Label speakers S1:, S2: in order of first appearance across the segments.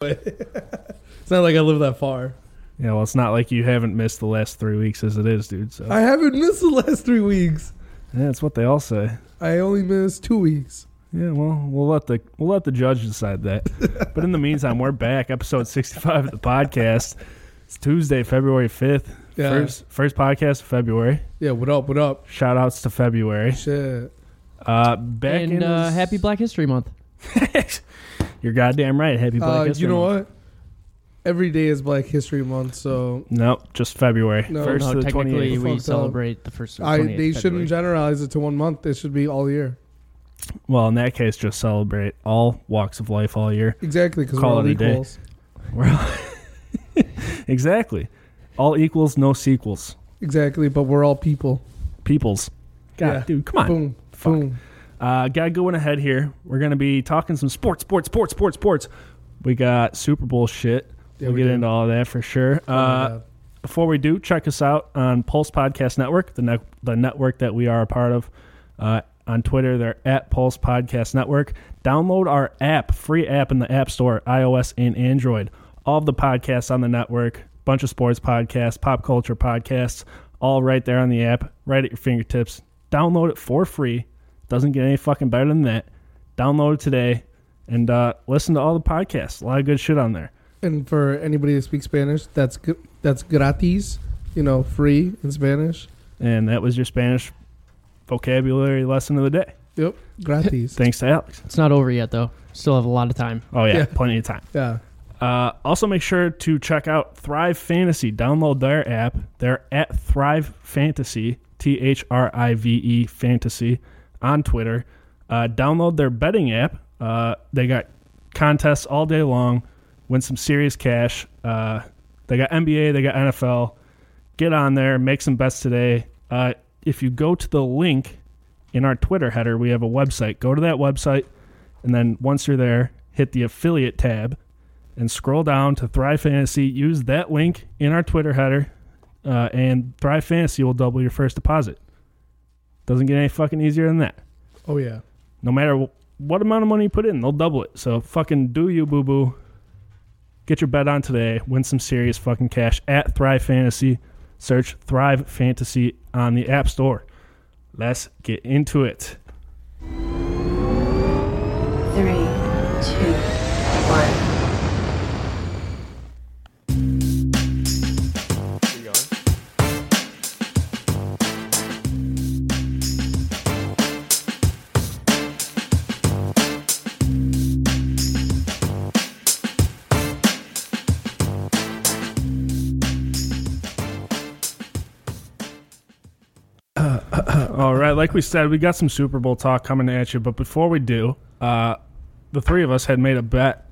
S1: but it's not like I live that far.
S2: Yeah, well, it's not like you haven't missed the last three weeks as it is, dude. So
S1: I haven't missed the last three weeks.
S2: yeah, that's what they all say.
S1: I only missed two weeks.
S2: Yeah, well, we'll let the we'll let the judge decide that. but in the meantime, we're back, episode sixty-five of the podcast. It's Tuesday, February fifth.
S1: Yeah.
S2: First first podcast of February.
S1: Yeah, what up, what up?
S2: Shout outs to February.
S1: Shit.
S2: Uh, back
S3: and
S2: in
S3: uh,
S2: this-
S3: happy Black History Month.
S2: You're goddamn right. Happy Black
S1: Uh,
S2: History.
S1: you know
S2: Month.
S1: what? Every day is Black History Month, so
S2: Nope, just February
S1: No.
S2: first
S3: no,
S2: to the
S3: technically
S2: twenty-eighth.
S1: Fucked
S3: we
S1: up.
S3: celebrate the first.
S1: I
S3: 28th
S1: they
S3: February.
S1: shouldn't generalize it to one month. It should be all year.
S2: Well, in that case, just celebrate all walks of life all year.
S1: Exactly, because we're
S2: Call
S1: all
S2: it a day.
S1: equals.
S2: Exactly. All equals, no sequels.
S1: Exactly, but we're all people.
S2: Peoples. God,
S1: Yeah.
S2: dude, come on.
S1: Boom,
S2: Fuck.
S1: boom.
S2: Uh, got going ahead here. We're going to be talking some sports, sports, sports, sports, sports. We got Super Bowl shit.
S1: Yeah,
S2: we'll
S1: we
S2: get
S1: do.
S2: into all that for sure.
S1: Oh my
S2: Uh,
S1: God.
S2: before we do, check us out on Pulse Podcast Network, the, ne- the network that we are a part of. Uh, on Twitter, they're at Pulse Podcast Network. Download our app, free app in the App Store, iOS and Android. All of the podcasts on the network, bunch of sports podcasts, pop culture podcasts, all right there on the app, right at your fingertips. Download it for free. Doesn't get any fucking better than that. Download it today and uh, listen to all the podcasts. A lot of good shit on there.
S1: And for anybody that speaks Spanish, that's good. That's gratis. You know, free in Spanish.
S2: And that was your Spanish vocabulary lesson of the day.
S1: Yep, gratis.
S2: Thanks to Alex.
S3: It's not over yet though. Still have a lot of time.
S2: Oh yeah,
S1: Yeah.
S2: plenty of time.
S1: yeah,
S2: Uh, also, make sure to check out Thrive Fantasy. Download their app. They're at Thrive Fantasy, T H R I V E Fantasy, on Twitter. Uh, download their betting app. Uh, they got contests all day long. Win some serious cash. Uh, they got NBA. They got NFL. Get on there. Make some bets today. Uh, if you go to the link in our Twitter header, we have a website. Go to that website, and then once you're there, hit the affiliate tab and scroll down to Thrive Fantasy. Use that link in our Twitter header, uh, and Thrive Fantasy will double your first deposit. Doesn't get any fucking easier than that.
S1: oh yeah.
S2: No matter wh- what amount of money you put in, they'll double it. So fucking do you, boo boo. Get your bet on today. Win some serious fucking cash at Thrive Fantasy. Search Thrive Fantasy on the App Store. Let's get into it.
S4: Three, two, one.
S2: All right, like we said, we got some Super Bowl talk coming at you, but before we do, uh, the three of us had made a bet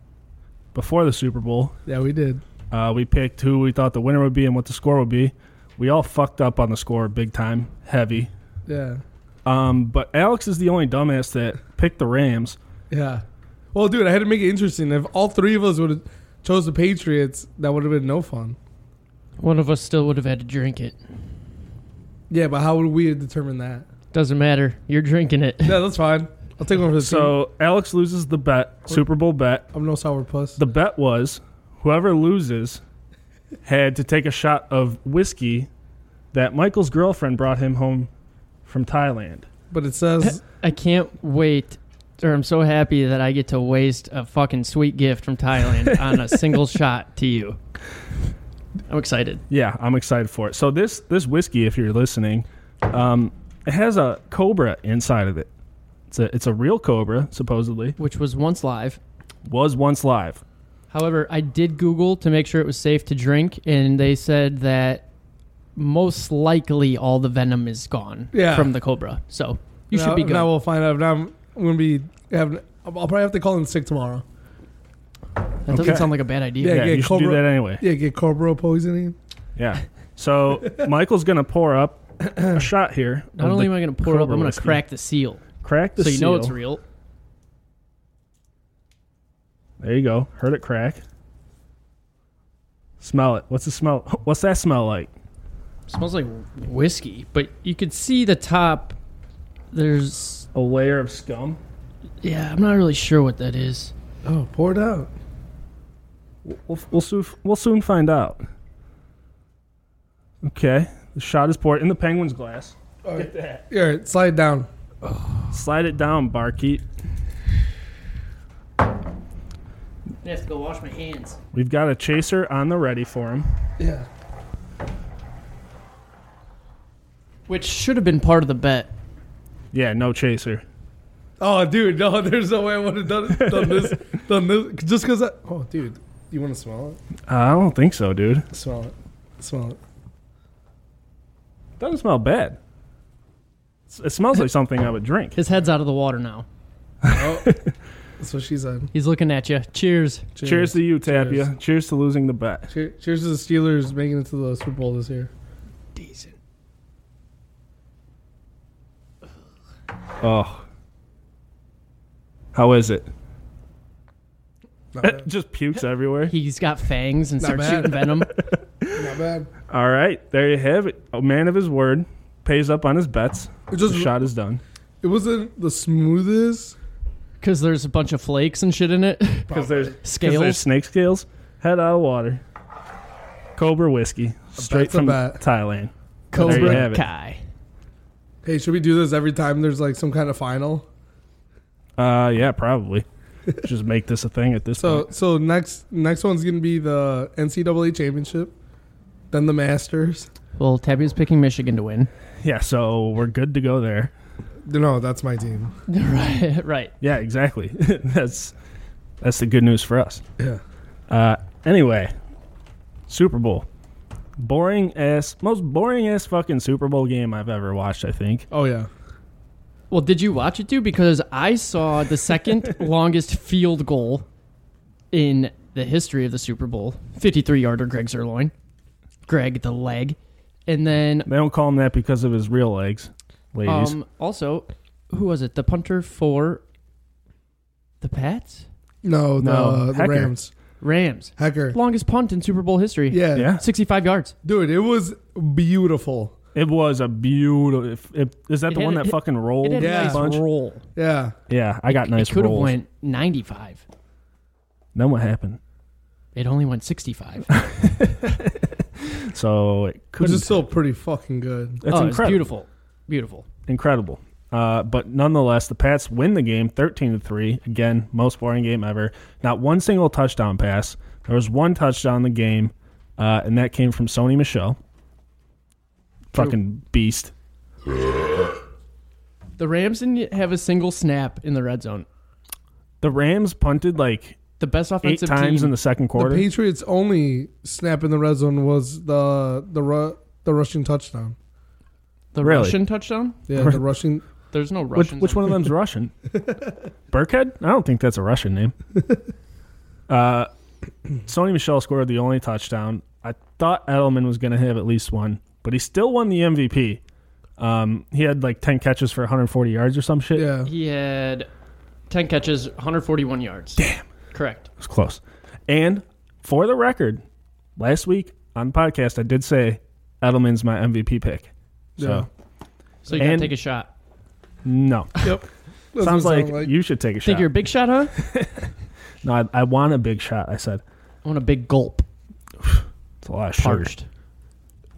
S2: before the Super Bowl.
S1: Yeah, we did.
S2: Uh, we picked who we thought the winner would be and what the score would be. We all fucked up on the score big time, heavy.
S1: Yeah,
S2: Um, but Alex is the only dumbass that picked the Rams.
S1: yeah. Well, dude, I had to make it interesting. If all three of us would have chose the Patriots, that would have been no fun.
S3: One of us still would have had to drink it.
S1: Yeah, but how would we have determined that?
S3: Doesn't matter. You're drinking it.
S1: Yeah, that's fine. I'll take one for the team.
S2: So Alex loses the bet, Super Bowl bet.
S1: I'm no sour puss.
S2: The bet was whoever loses had to take a shot of whiskey that Michael's girlfriend brought him home from Thailand.
S1: but it says
S3: I can't wait. Or I'm so happy that I get to waste a fucking sweet gift from Thailand on a single shot to you. I'm excited.
S2: Yeah, I'm excited for it. So this this whiskey, if you're listening, um, it has a cobra inside of it. It's a it's a real cobra, supposedly.
S3: Which was once live.
S2: Was once live.
S3: However, I did Google to make sure it was safe to drink, and they said that most likely all the venom is gone
S1: Yeah.
S3: from the cobra. So you
S1: now-
S3: should be good.
S1: Now we'll find out. Now I'm, I'm gonna be having. I'll probably have to call in sick tomorrow.
S3: that doesn't
S2: Okay.
S3: sound like a bad idea.
S1: Yeah,
S2: Yeah,
S1: yeah,
S2: you should do
S1: cobra-
S2: that anyway.
S1: Yeah, get corporal poisoning.
S2: Yeah. So Michael's gonna pour up a shot here.
S3: Not
S2: of
S3: only
S2: the
S3: am I going to pour up,
S2: cobra
S3: I'm going to
S2: whiskey.
S3: crack the seal,
S2: crack the
S3: so you know it's
S2: seal.
S3: real.
S2: There you go. Heard it crack. Smell it. What's the smell? What's that smell like?
S3: smells like whiskey, but you could see the top. There's
S2: A layer of scum.
S3: yeah, I'm not really sure what that is.
S1: Oh, pour it out.
S2: We'll we'll, soo- we'll soon find out. Okay, the shot is poured in the penguin's glass.
S1: All right,
S2: that.
S1: all right slide down.
S2: Slide it down, barkeep.
S3: I have to go wash my hands.
S2: We've got a chaser on the ready for him.
S1: Yeah.
S3: Which should have been part of the bet.
S2: Yeah, no chaser.
S1: Oh, dude, no, there's no way I would have done, it- done this. Done this just because. Oh, dude, you want to smell it?
S2: Uh, I don't think so, dude.
S1: Smell it. Smell it.
S2: Doesn't smell bad. S- It smells like something I would drink.
S3: His head's out of the water now.
S1: Oh, that's what she said.
S3: He's looking at you. Cheers.
S2: Cheers, to you, Tapia. Cheers. to losing the bet.
S1: Cheer- Cheers to the Steelers making it to the Super Bowl this year.
S3: Decent.
S2: Oh. How is it?
S1: Not
S2: It
S1: bad.
S2: just pukes everywhere.
S3: He's got fangs and
S1: Not
S3: starts
S1: bad.
S3: shooting venom.
S1: Not bad.
S2: All right, there you have it. A man of his word pays up on his bets.
S1: It just
S2: The shot is done.
S1: it wasn't the smoothest.
S3: Because there's a bunch of flakes and shit in it.
S2: Because there's, 'cause
S3: Scales.
S2: there's snake scales. Head out of water. Cobra whiskey. Straight
S1: bet's a
S2: from
S1: bet.
S2: Thailand.
S1: you
S3: Cobra
S2: have it.
S3: Kai.
S1: Hey, should we do this every time there's like some kind of final?
S2: Uh, yeah, probably. Just make this a thing at this
S1: So
S2: point.
S1: so next next one's gonna be the NCAA championship, then the Masters.
S3: Well, Tabby's picking Michigan to win.
S2: Yeah, so we're good to go there.
S1: No, that's my team.
S3: right, right.
S2: Yeah, exactly. that's that's the good news for us.
S1: Yeah.
S2: Uh, anyway, Super Bowl. Boring ass, most boring ass fucking Super Bowl game I've ever watched. I think.
S1: Oh yeah.
S3: Well, did you watch it too? Because I saw the second longest field goal in the history of the Super Bowl 53 yarder, Greg Zerloin. Greg the leg. And then
S2: They don't call him that because of his real legs, ladies.
S3: Um, also, who was it? The punter for the Pats?
S1: No, the,
S2: No,
S1: uh, the
S2: Hecker.
S1: Rams.
S3: Rams.
S1: Hecker.
S3: Longest punt in Super Bowl history.
S1: Yeah.
S2: yeah,
S3: 65 yards.
S1: Dude, it was beautiful.
S2: it was a beautiful. Is that
S3: It
S2: the
S3: had
S2: one
S3: a-
S2: that
S3: it-
S2: fucking rolled
S3: It had
S1: Yeah.
S3: a nice
S2: bunch?
S3: roll.
S1: Yeah.
S2: Yeah, I got nice
S3: it could have
S2: rolls.
S3: went 95.
S2: Then what happened?
S3: It only went 65.
S2: So it
S1: Which
S2: could.
S1: is still pretty fucking good.
S2: That's
S3: oh,
S2: incredible.
S3: It's beautiful. Beautiful.
S2: incredible. Uh, but nonetheless, the Pats win the game 13 to 3. Again, most boring game ever. Not one single touchdown pass. There was one touchdown in the game, uh, and that came from Sony Michelle. Fucking beast.
S3: The Rams didn't have a single snap in the red zone.
S2: The Rams punted like
S3: The best
S2: eight
S3: offensive
S2: times
S3: team.
S2: in the second
S1: The
S2: quarter.
S1: Patriots' only snap in the red zone was the the ru- the rushing touchdown.
S3: the
S2: Really?
S3: Russian touchdown?
S1: Yeah, the rushing.
S3: There's no
S2: which,
S3: Russian.
S2: which one of them's Russian? Burkhead? I don't think that's a Russian name. Uh, Sony Michelle scored the only touchdown. I thought Edelman was going to have at least one, but he still won the MVP. Um, he had like 10 catches for 140 yards or some shit.
S1: Yeah.
S3: He had 10 catches, 141 yards. Damn. Correct.
S2: It was close. And for the record, last week on the podcast, I did say Edelman's my MVP pick.
S1: Yeah.
S2: So,
S3: So you got to
S2: And-
S3: take a shot.
S2: no.
S1: Yep. That's
S2: Sounds
S1: what it
S2: like,
S1: sounded
S2: you should take a
S3: Think
S2: shot.
S3: you're a big shot, huh?
S2: no, I, I want a big shot. I said,
S3: I want a big gulp.
S2: it's a lot of sugar.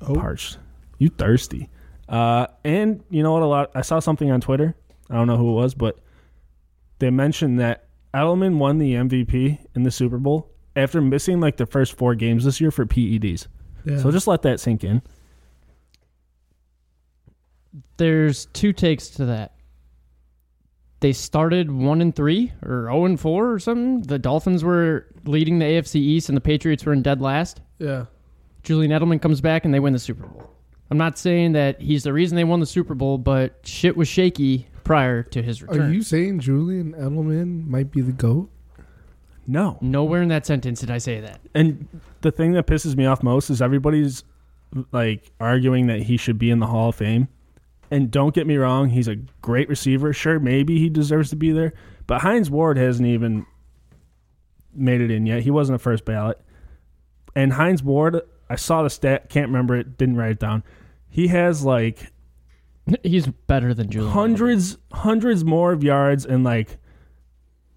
S1: Oh.
S2: parched. You thirsty. Uh, and you know what? A lot. I saw something on Twitter. I don't know who it was, but they mentioned that Edelman won the MVP in the Super Bowl after missing like the first four games this year for PEDs.
S1: Yeah.
S2: So just let that sink in.
S3: There's two takes to that. They started one and three or zero and four or something. The Dolphins were leading the AFC East, and the Patriots were in dead last.
S1: yeah.
S3: Julian Edelman comes back, and they win the Super Bowl. I'm not saying that he's the reason they won the Super Bowl, but shit was shaky prior to his
S1: Are
S3: return.
S1: you saying Julian Edelman might be the goat?
S2: No.
S3: Nowhere in that sentence did I say that.
S2: And the thing that pisses me off most is everybody's like arguing that he should be in the Hall of Fame. And don't get me wrong, he's a great receiver. Sure, maybe he deserves to be there, but Heinz Ward hasn't even made it in yet. He wasn't a first ballot. And Heinz Ward, I saw the stat, can't remember it, didn't write it down. He has like
S3: He's better than Julian. Edelman.
S2: hundreds, hundreds more of yards and like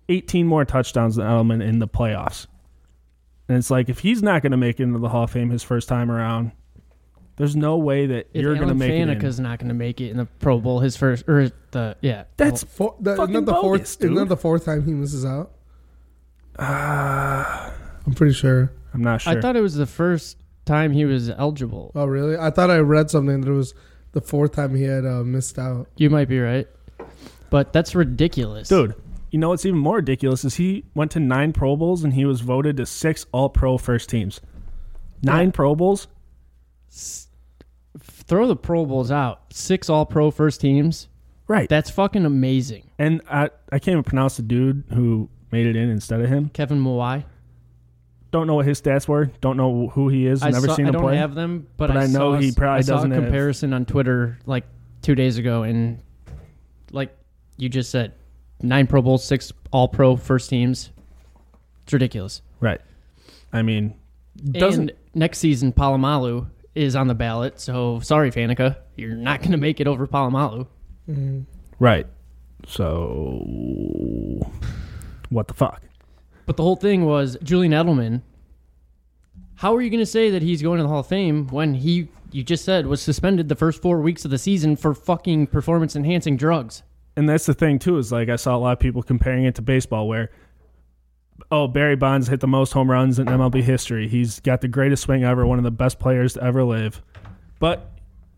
S2: 18 more touchdowns than Edelman in the playoffs. And it's like if he's not going to make it into the Hall of Fame his first time around, there's no way that
S3: If
S2: you're going to
S3: Alan
S2: make it. In.
S3: Faneca's not going to make it in the Pro Bowl, his first or the yeah,
S2: That's
S1: Four, that, isn't
S2: Fucking
S1: that the fourth?
S2: bogus,
S1: Isn't that
S2: dude.
S1: the fourth time he misses out?
S2: uh,
S1: I'm pretty sure.
S2: I'm not sure.
S3: I thought it was the first time he was eligible.
S1: Oh, really? I thought I read something that it was the fourth time he had uh, missed out.
S3: You might be right, but that's ridiculous,
S2: Dude, you know what's even more ridiculous is he went to nine Pro Bowls and he was voted to six All Pro first teams. Nine Pro Bowls?
S3: S- Throw the Pro Bowls out. Six All Pro first teams.
S2: Right.
S3: That's fucking amazing.
S2: and I, I can't even pronounce the dude who made it in instead of him.
S3: Kevin Mawai.
S2: Don't know what his stats were. Don't know who he is.
S3: I
S2: Never
S3: saw,
S2: seen
S3: I
S2: him
S3: don't
S2: play.
S3: have them, but,
S2: But
S3: I,
S2: I know
S3: saw,
S2: he probably
S3: I saw
S2: doesn't
S3: a
S2: have-
S3: comparison on Twitter like two days ago, and like you just said, nine Pro Bowls, six All Pro first teams. It's ridiculous.
S2: right. I mean, doesn't
S3: and next season Palomalu is on the ballot, so sorry Fanica, you're not going to make it over Palomalu.
S2: right. So what the fuck?
S3: But the whole thing was Julian Edelman. How are you going to say that he's going to the Hall of Fame when he you just said was suspended the first 4 weeks of the season for fucking performance enhancing drugs?
S2: and that's the thing too is like I saw a lot of people comparing it to baseball where oh Barry Bonds hit the most home runs in MLB history. He's got the greatest swing ever, one of the best players to ever live. But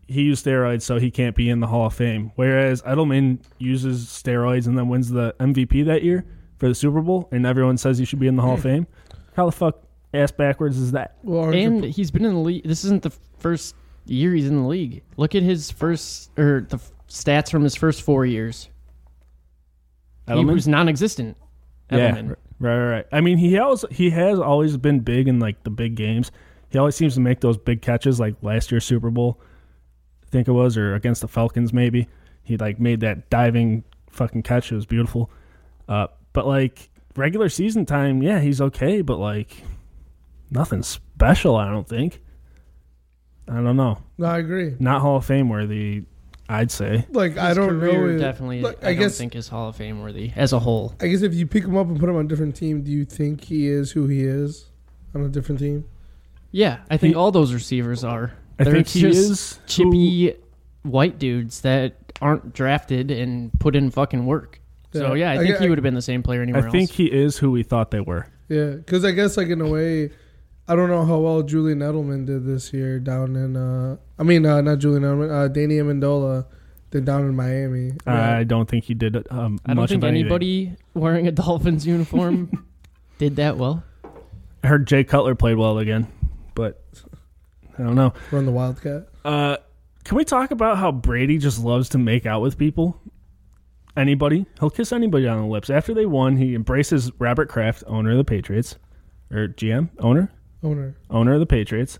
S2: he used steroids so he can't be in the Hall of Fame. Whereas Edelman uses steroids and then wins the MVP that year for the Super Bowl and everyone says he should be in the Hall of Fame. How the fuck ass backwards is that?
S1: Well, aren't you-
S3: And he's been in the league. This isn't the first year he's in the league. Look at his first or the f- stats from his first 4 years. He was non-existent. Edelman.
S2: Yeah, r- right, right, right. I mean, he always he has always been big in like the big games. He always seems to make those big catches, like last year's Super Bowl, I think it was, or against the Falcons, maybe. He like made that diving fucking catch. It was beautiful. Uh, but like regular season time, yeah, he's okay, but like nothing special. I don't think. I don't know.
S1: no, I agree.
S2: Not Hall of Fame worthy. I'd say.
S1: Like I
S3: His
S1: don't know.
S3: career
S1: if-
S3: Definitely,
S1: like,
S3: I,
S1: I,
S3: don't
S1: guess.
S3: think is Hall of Fame worthy as a whole.
S1: I guess if you pick him up and put him on a different team, do you think he is who he is on a different team?
S3: Yeah, I think
S2: He-
S3: all those receivers are.
S2: I
S3: They're
S2: think he
S3: just
S2: is who-
S3: chippy white dudes that aren't drafted and put in fucking work. So
S1: Yeah.
S3: yeah, I
S1: I
S3: think
S1: get-
S3: he would have been the same player
S2: I
S3: anywhere
S2: think
S3: else.
S2: he is who we thought they were.
S1: Yeah, because I guess like in a way, I don't know how well Julian Edelman did this year down in. uh I mean, uh, not Julian Edelman. Uh, Danny Amendola did down in Miami.
S2: I don't think he did um,
S3: I don't
S2: much
S3: think
S2: of anything.
S3: anybody wearing a Dolphins uniform did that well.
S2: I heard Jay Cutler played well again, but I don't know.
S1: run the Wildcat.
S2: Uh, can we talk about how Brady just loves to make out with people? Anybody? He'll kiss anybody on the lips. After they won, he embraces Robert Kraft, owner of the Patriots, or GM, owner,
S1: Owner.
S2: owner of the Patriots,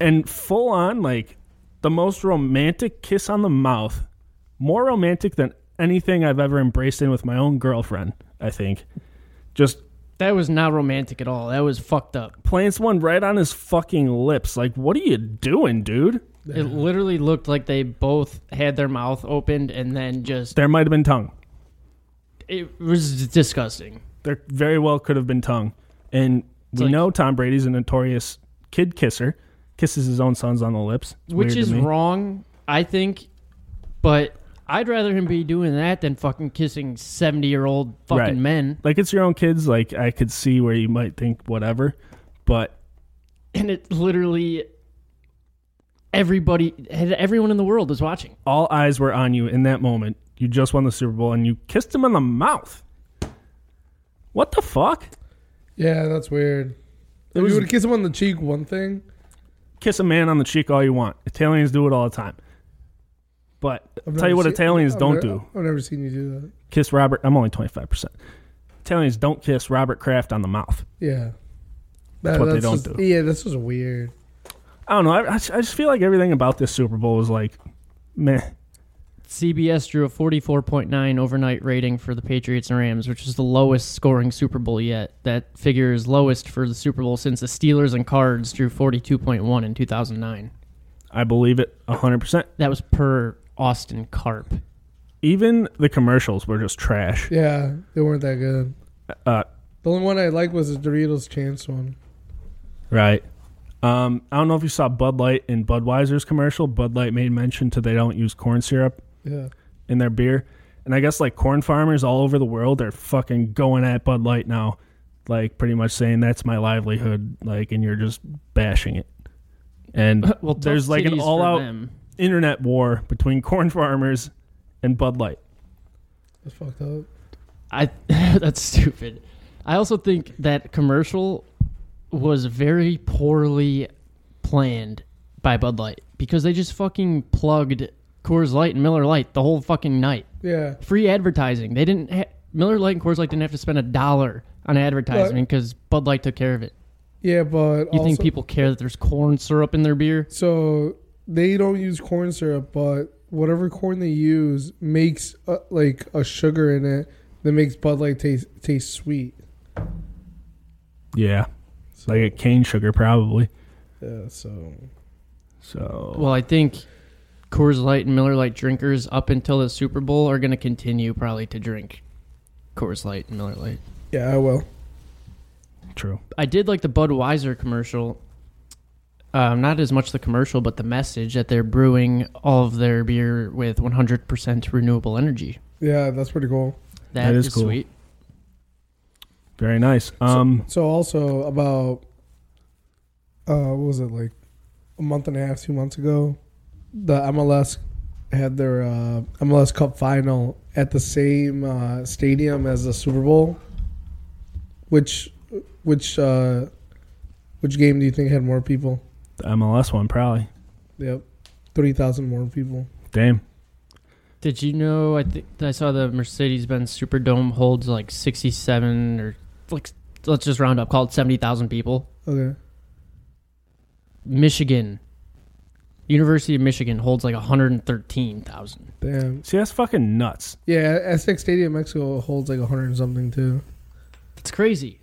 S2: and full on like the most romantic kiss on the mouth, more romantic than anything I've ever embraced in with my own girlfriend. I think, just
S3: That was not romantic at all. That was fucked up.
S2: plants one right on his fucking lips. Like, what are you doing, dude?
S3: It literally looked like they both had their mouth opened and then just
S2: There might have been tongue.
S3: it was disgusting.
S2: There very well could have been tongue. And we
S3: like-
S2: know Tom Brady's a notorious kid kisser, kisses his own sons on the lips, It's weird
S3: which
S2: to
S3: is
S2: me.
S3: wrong, I think. But I'd rather him be doing that than fucking kissing seventy-year-old fucking
S2: Right.
S3: men.
S2: Like it's your own kids. Like I could see where you might think whatever, but
S3: And it literally, everybody, everyone in the world is watching.
S2: all eyes were on you in that moment. You just won the Super Bowl and you kissed him on the mouth. What the fuck?
S1: Yeah, that's weird. If
S2: was-
S1: you would kiss him on the cheek, one thing.
S2: Kiss a man on the cheek all you want. Italians do it all the time. But
S1: I've
S2: tell you
S1: never
S2: what
S1: seen-
S2: Italians
S1: I've
S2: don't
S1: never-
S2: do.
S1: I've never seen you do that.
S2: kiss Robert. I'm only 25%. Italians don't kiss Robert Kraft on the mouth.
S1: Yeah,
S2: That's what they don't
S1: just-
S2: do.
S1: Yeah, this was weird.
S2: I don't know. I, I just- I just feel like everything about this Super Bowl is like, meh.
S3: CBS drew a forty-four point nine overnight rating for the Patriots and Rams, which is the lowest scoring Super Bowl yet. That figure is lowest for the Super Bowl since the Steelers and Cards drew forty-two point one in two thousand nine.
S2: I believe it 100%.
S3: That was per Austin Carp.
S2: Even the commercials were just trash.
S1: Yeah, they weren't that good.
S2: Uh,
S1: The only one I liked was the Doritos Chance one.
S2: Right. Um, I don't know if you saw Bud Light in Budweiser's commercial. Bud Light made mention to they don't use corn syrup
S1: Yeah.
S2: in their beer. And I guess like corn farmers all over the world are fucking going at Bud Light now, like pretty much saying that's my livelihood, like, and you're just bashing it. And
S3: Well, tough
S2: there's like an
S3: titties for
S2: all out
S3: them.
S2: internet war between corn farmers and Bud Light.
S1: That's fucked up.
S3: I that's stupid. I also think that commercial was very poorly planned by Bud Light because they just fucking plugged Coors Light and Miller Light the whole fucking night.
S1: Yeah.
S3: Free advertising. They didn't ha- Miller Light and Coors Light didn't have to spend a dollar on advertising because Bud Light took care of it.
S1: Yeah, but
S3: You think
S1: also-
S3: people care that there's corn syrup in their beer?
S1: So they don't use corn syrup, but whatever corn they use makes uh, like a sugar in it that makes Bud Light taste taste sweet.
S2: Yeah. It's like a cane sugar, probably.
S1: Yeah. So
S2: So,
S3: Well, I think Coors Light and Miller Light drinkers up until the Super Bowl are going to continue probably to drink Coors Light and Miller Light.
S1: yeah, I will.
S2: true.
S3: I did like the Budweiser commercial. Um, not as much the commercial, but the message that they're brewing all of their beer with 100% renewable energy.
S1: Yeah, that's pretty cool.
S3: that
S2: That
S3: is,
S2: is cool.
S3: sweet.
S2: Very nice. Um,
S1: So also about uh, what was it like a month and a half, two months ago? The MLS had their uh, MLS Cup final at the same uh, stadium as the Super Bowl. Which which uh, which game do you think had more people?
S2: the MLS one, probably.
S1: Yep, three thousand more people.
S2: Damn.
S3: Did you know? I think I saw the Mercedes Benz Superdome holds like 67 or like, let's just round up, call it 70,000 people.
S1: Okay,
S3: Michigan, University of Michigan holds like 113,000.
S1: damn.
S2: See, that's fucking nuts.
S1: Yeah, Aztec Stadium, Mexico holds like hundred and something too.
S3: That's crazy.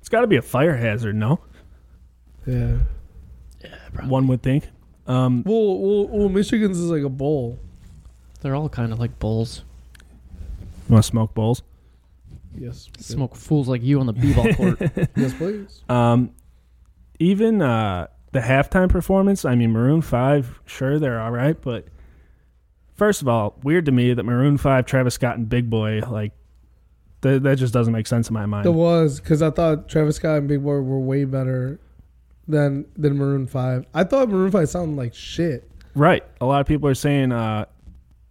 S2: It's got to be a fire hazard, no?
S1: Yeah.
S2: One would think. Um,
S1: Well, well, well Michigan's is like a bowl.
S3: They're all kind of like bulls.
S2: you want to smoke bowls?
S1: Yes.
S3: Smoke fools like you on the b-ball court.
S1: Yes, please.
S2: Um, even uh, the halftime performance, I mean, Maroon 5, sure, they're all right, but first of all, weird to me that Maroon 5, Travis Scott, and Big Boy, like, th- that just doesn't make sense in my mind.
S1: There was because I thought Travis Scott and Big Boy were way better than than Maroon Five. I thought Maroon Five sounded like shit.
S2: right. A lot of people are saying uh,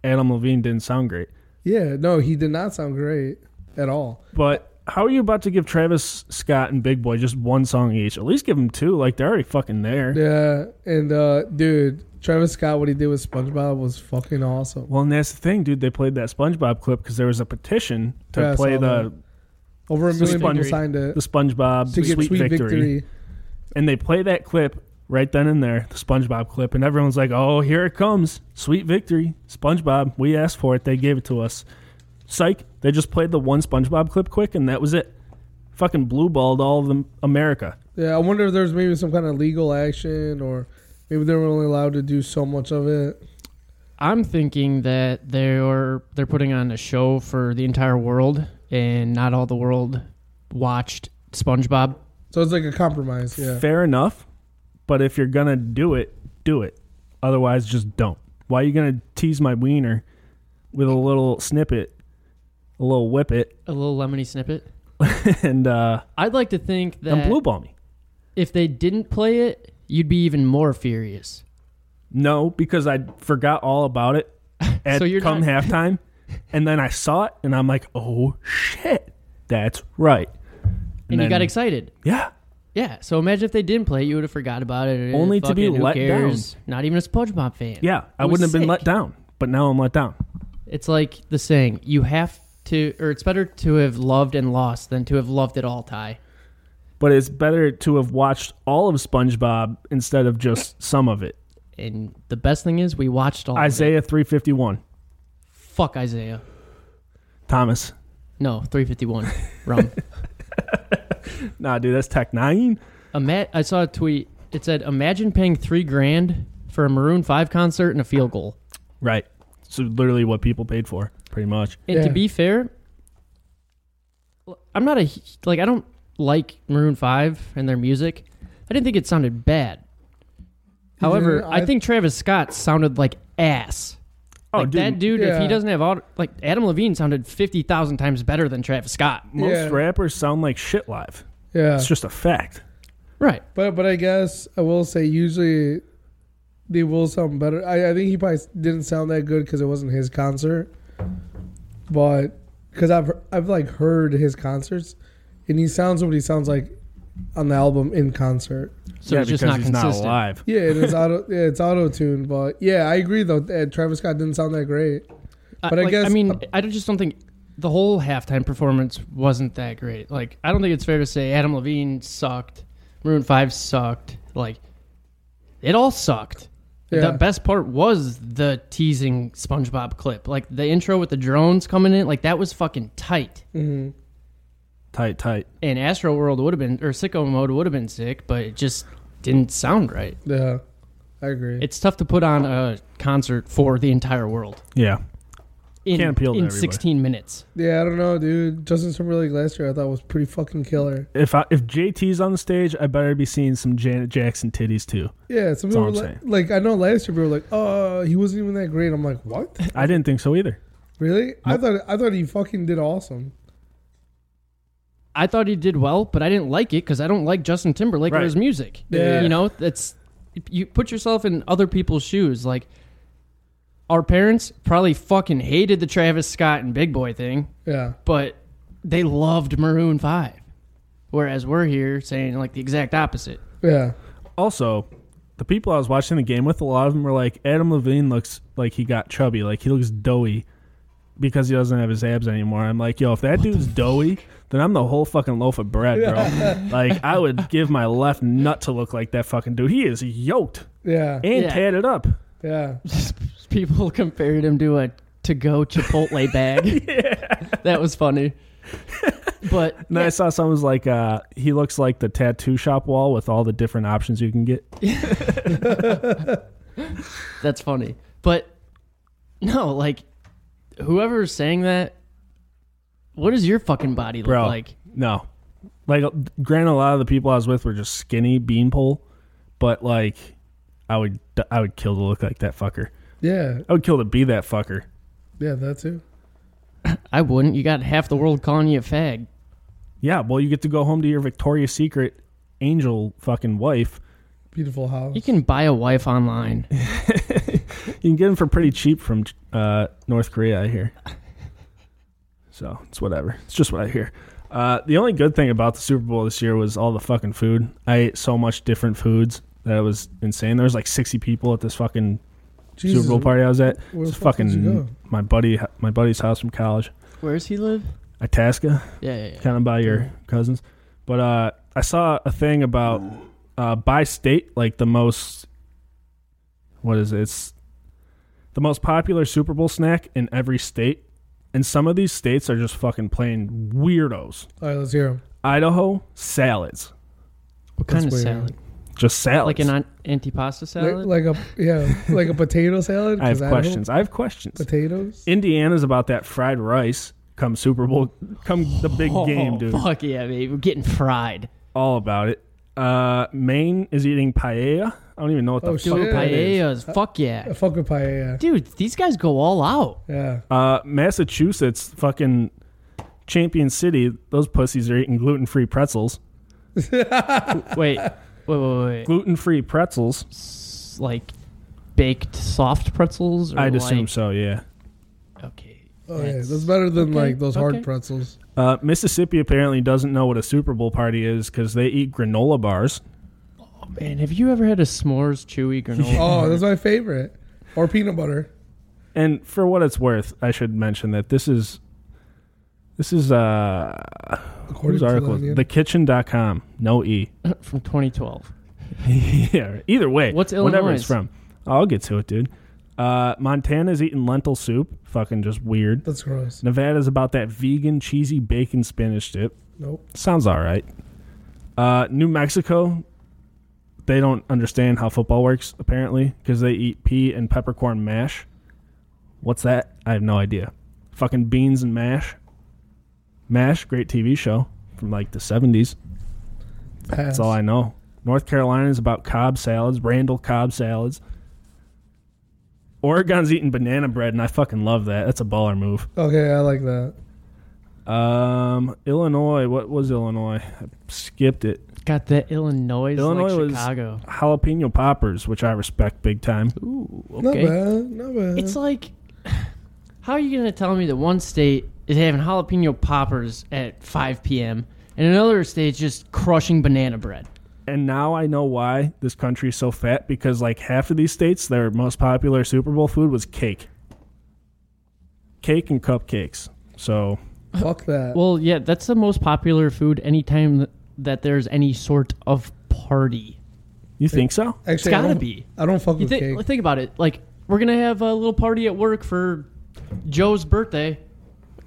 S2: Adam Levine didn't sound great.
S1: Yeah, no, he did not sound great at all.
S2: But how are you about to give Travis Scott and Big Boy just one song each? At least give them two. Like they're already fucking there.
S1: Yeah, and uh dude, Travis Scott, what he did with SpongeBob was fucking awesome.
S2: Well, and that's the thing, dude. They played that SpongeBob clip because there was a petition to
S1: Yeah, I
S2: play
S1: saw
S2: the
S1: Over a
S2: Sweet
S1: million people
S2: Victory.
S1: signed it
S2: the SpongeBob
S1: to
S2: Sweet,
S1: get Sweet
S2: victory.
S1: Victory.
S2: and they play that clip right then and there, the SpongeBob clip, and everyone's like, "Oh, here it comes, Sweet Victory, SpongeBob. We asked for it, they gave it to us." Psych. They just played the one SpongeBob clip quick, and that was it. Fucking blue balled all of them, America.
S1: Yeah, I wonder if there's maybe some kind of legal action or maybe they were only allowed to do so much of it.
S3: I'm thinking that they're they're putting on a show for the entire world, and not all the world watched SpongeBob.
S1: So it's like a compromise. Yeah.
S2: fair enough. But if you're gonna do it, do it. Otherwise, just don't. Why are you gonna tease my wiener with a little snippet, a little whippet,
S3: A little lemony snippet.
S2: and uh,
S3: I'd like to think
S2: and
S3: that
S2: blue ball me?
S3: if they didn't play it, you'd be even more furious.
S2: No, because I forgot all about it at
S3: So you're
S2: come
S3: not-
S2: halftime, and then I saw it, and I'm like, oh shit, that's right.
S3: And, you
S2: then-
S3: got excited.
S2: Yeah,
S3: Yeah. So imagine if they didn't play, it, you would have forgot about it. Eh,
S2: Only to be
S3: fucking who
S2: let
S3: cares? Not even a SpongeBob fan.
S2: yeah. I
S3: It was
S2: wouldn't have been
S3: sick.
S2: let down, but now I'm let down.
S3: It's like the saying: you have to, or it's better to have loved and lost than to have loved it all. Ty.
S2: But it's better to have watched all of SpongeBob instead of just some of it.
S3: And the best thing is, we watched all. of it.
S2: Isaiah 351.
S3: Fuck Isaiah.
S2: Thomas.
S3: No, 351. Wrong.
S2: Nah, dude, that's Tech Nine.
S3: Ima- I saw a tweet. It said, "Imagine paying three grand for a Maroon Five concert and a field goal."
S2: Right. So literally what people paid for, pretty much.
S3: And to
S1: Yeah.
S3: be fair, I'm not a hu- like I don't like Maroon Five and their music, I didn't think it sounded bad. However,
S1: Yeah,
S3: I,
S1: I-
S3: think Travis Scott sounded like ass.
S2: Oh,
S3: like
S2: dude.
S3: that dude, if he
S1: Yeah.
S3: doesn't have auto, like Adam Levine sounded fifty thousand times better than Travis Scott.
S2: Most
S1: Yeah.
S2: rappers sound like shit live.
S1: Yeah.
S2: It's just a fact.
S3: Right.
S1: But but I guess I will say usually they will sound better. I, I think he probably didn't sound that good because it wasn't his concert. But because I've I've like heard his concerts, and he sounds what he sounds like on the album in concert.
S3: So
S2: yeah,
S3: it's just
S2: because
S3: not
S2: he's
S3: consistent.
S2: not alive.
S1: Yeah, it is auto. Yeah, it's auto tuned. But yeah, I agree though. That Travis Scott didn't sound that great. But I
S3: like, I
S1: guess- uh,
S3: mean, I don't- just don't think the whole halftime performance wasn't that great. Like, I don't think it's fair to say Adam Levine sucked, Maroon Five sucked. Like, it all sucked.
S1: Yeah.
S3: The best part was the teasing SpongeBob clip. Like the intro with the drones coming in, like that was fucking tight.
S1: hmm
S2: Tight, tight.
S3: And Astro World would have been, or Sicko Mode would have been sick, but it just didn't sound right.
S1: Yeah, I agree.
S3: It's tough to put on a concert for the entire world
S2: Yeah.
S3: in,
S2: Can't appeal to
S3: in
S2: everybody.
S3: 16 minutes.
S1: yeah, I don't know, dude. Justin Timberlake last year I thought was pretty fucking killer.
S2: If I, if JT's on the stage, I better be seeing some Janet Jackson titties too.
S1: Yeah, some
S2: That's all
S1: people were
S2: I'm
S1: like, like I know last year we were like, oh, he wasn't even that great. I'm like, what?
S2: I didn't think so either.
S1: Really? I thought I thought he fucking did awesome.
S3: I thought he did well, but I didn't like it because I don't like Justin Timberlake
S2: Right.
S3: or his music.
S1: Yeah.
S3: You know, that's you put yourself in other people's shoes. Like our parents probably fucking hated the Travis Scott and Big Boy thing,
S1: Yeah.
S3: but they loved Maroon Five, whereas we're here saying like the exact opposite.
S1: Yeah.
S2: Also, the people I was watching the game with, a lot of them were like, Adam Levine looks like he got chubby, like he looks doughy because he doesn't have his abs anymore. I'm like, yo, if that dude's doughy, then I'm the whole fucking loaf of bread, bro. like, I would give my left nut to look like that fucking dude. He is yoked
S1: Yeah.
S2: and
S3: Yeah.
S2: tatted up.
S1: Yeah.
S3: People compared him to a to-go Chipotle bag. That was funny, but
S2: And then I saw someone was like, uh, he looks like the tattoo shop wall with all the different options you can get.
S3: That's funny. But no, like whoever's saying that, what does your fucking body look
S2: Bro.
S3: like?
S2: No. Like, granted, a lot of the people I was with were just skinny beanpole, but like, I would I would kill to look like that fucker.
S1: Yeah.
S2: I would kill to be that fucker.
S1: Yeah, that too.
S3: I wouldn't. You got half the world calling you a fag.
S2: Yeah, well, you get to go home to your Victoria's Secret angel fucking wife.
S1: Beautiful house.
S3: You can buy a wife online.
S2: You can get them for pretty cheap from uh, North Korea, I hear. So it's whatever. It's just what I hear. Uh, the only good thing about the Super Bowl this year was all the fucking food. I ate so much different foods that it was insane. There was like 60 people at this fucking
S1: Jesus,
S2: Super Bowl party I was at.
S1: Where the
S2: It's
S1: fuck did you go?
S2: fucking my buddy, my buddy's house from college,
S3: Where does he live?
S2: Itasca,
S3: Yeah, yeah, yeah.
S2: kind of by your
S1: Mm.
S2: cousins. But uh, I saw a thing about uh, by state, like the most, what is it? It's the most popular Super Bowl snack in every state, and some of these states are just fucking plain weirdos.
S1: All right, let's hear him.
S2: Idaho salads,
S3: What kind of
S1: That's weird.
S3: salad?
S2: just salads.
S3: Like an an antipasta salad?
S1: Like, like a yeah, like a potato salad.
S2: I have
S1: 'cause don't-
S2: questions. I have questions.
S1: Potatoes.
S2: Indiana's about that fried rice. Come Super Bowl, come the big
S3: oh,
S2: game, dude.
S3: Fuck yeah, baby. We're getting fried.
S2: all about it. Uh, Maine is eating paella. I don't even know what the
S1: Oh,
S2: fuck
S1: shit.
S2: that is.
S3: Paellas. Fuck
S1: I
S3: yeah.
S1: fuck with paella.
S3: Dude, these guys go all out.
S1: Yeah.
S2: Uh, Massachusetts, fucking Champion City. Those pussies are eating gluten-free pretzels.
S3: Wait, wait, wait, wait.
S2: Gluten-free pretzels.
S3: S- Like baked soft pretzels? Or
S2: I'd assume
S3: like-
S2: so. Yeah.
S3: Okay.
S1: Oh yeah, that's better than
S3: okay,
S1: like those hard
S3: okay.
S1: pretzels.
S2: Uh, Mississippi apparently doesn't know what a Super Bowl party is because they eat granola bars.
S3: Man, have you ever had a s'mores chewy granola?
S1: Oh, that's my favorite. Or peanut butter.
S2: And for what it's worth, I should mention that this is this is uh
S1: According
S2: whose
S1: to
S2: article?
S1: Onion.
S2: TheKitchen.com. No e.
S3: from 2012.
S2: yeah. Either way,
S3: What's
S2: whatever it's from.
S3: Illinois'?
S2: I'll get to it, dude. Uh, Montana's eating lentil soup. Fucking just weird.
S1: that's gross.
S2: Nevada's about that vegan cheesy bacon spinach dip.
S1: Nope.
S2: Sounds all right. Uh, New Mexico, they don't understand how football works apparently because they eat pea and peppercorn mash. What's that? I have no idea. Fucking beans and mash. Mash, great TV show from like the seventies.
S1: Pass.
S2: That's all I know. North Carolina is about Cobb salads, Randall Cobb salads. Oregon's eating banana bread, and I fucking love that. That's a baller move.
S1: Okay, I like that.
S2: Um, Illinois. What was Illinois? I skipped it.
S3: Got the Illinois,
S2: Illinois
S3: like
S2: was-
S3: Chicago.
S2: Jalapeno poppers, which I respect big time.
S3: Ooh,
S1: Not
S3: okay.
S1: bad. Not bad.
S3: It's like, how are you going to tell me that one state is having jalapeno poppers at 5 p.m. and another state's just crushing banana bread?
S2: And now I know why this country is so fat because like half of these states, their most popular Super Bowl food was cake, cake and cupcakes. So
S1: Fuck that.
S3: Well, yeah, that's the most popular food anytime th- that there's any sort of party.
S2: you think so?
S3: It's
S1: Actually, I
S3: got to
S1: don't-
S3: be.
S1: I don't fuck
S3: You
S1: with
S3: think,
S1: cake.
S3: think about it. Like, we're going to have a little party at work for Joe's birthday.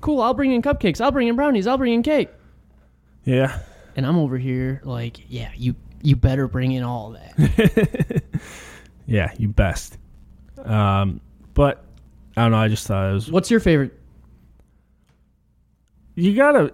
S3: Cool, I'll bring in cupcakes. I'll bring in brownies. I'll bring in cake.
S2: Yeah.
S3: And I'm over here like, yeah, you you better bring in all that.
S2: Yeah, you best. Um, but I don't know. I just thought it was.
S3: What's your favorite
S2: You gotta.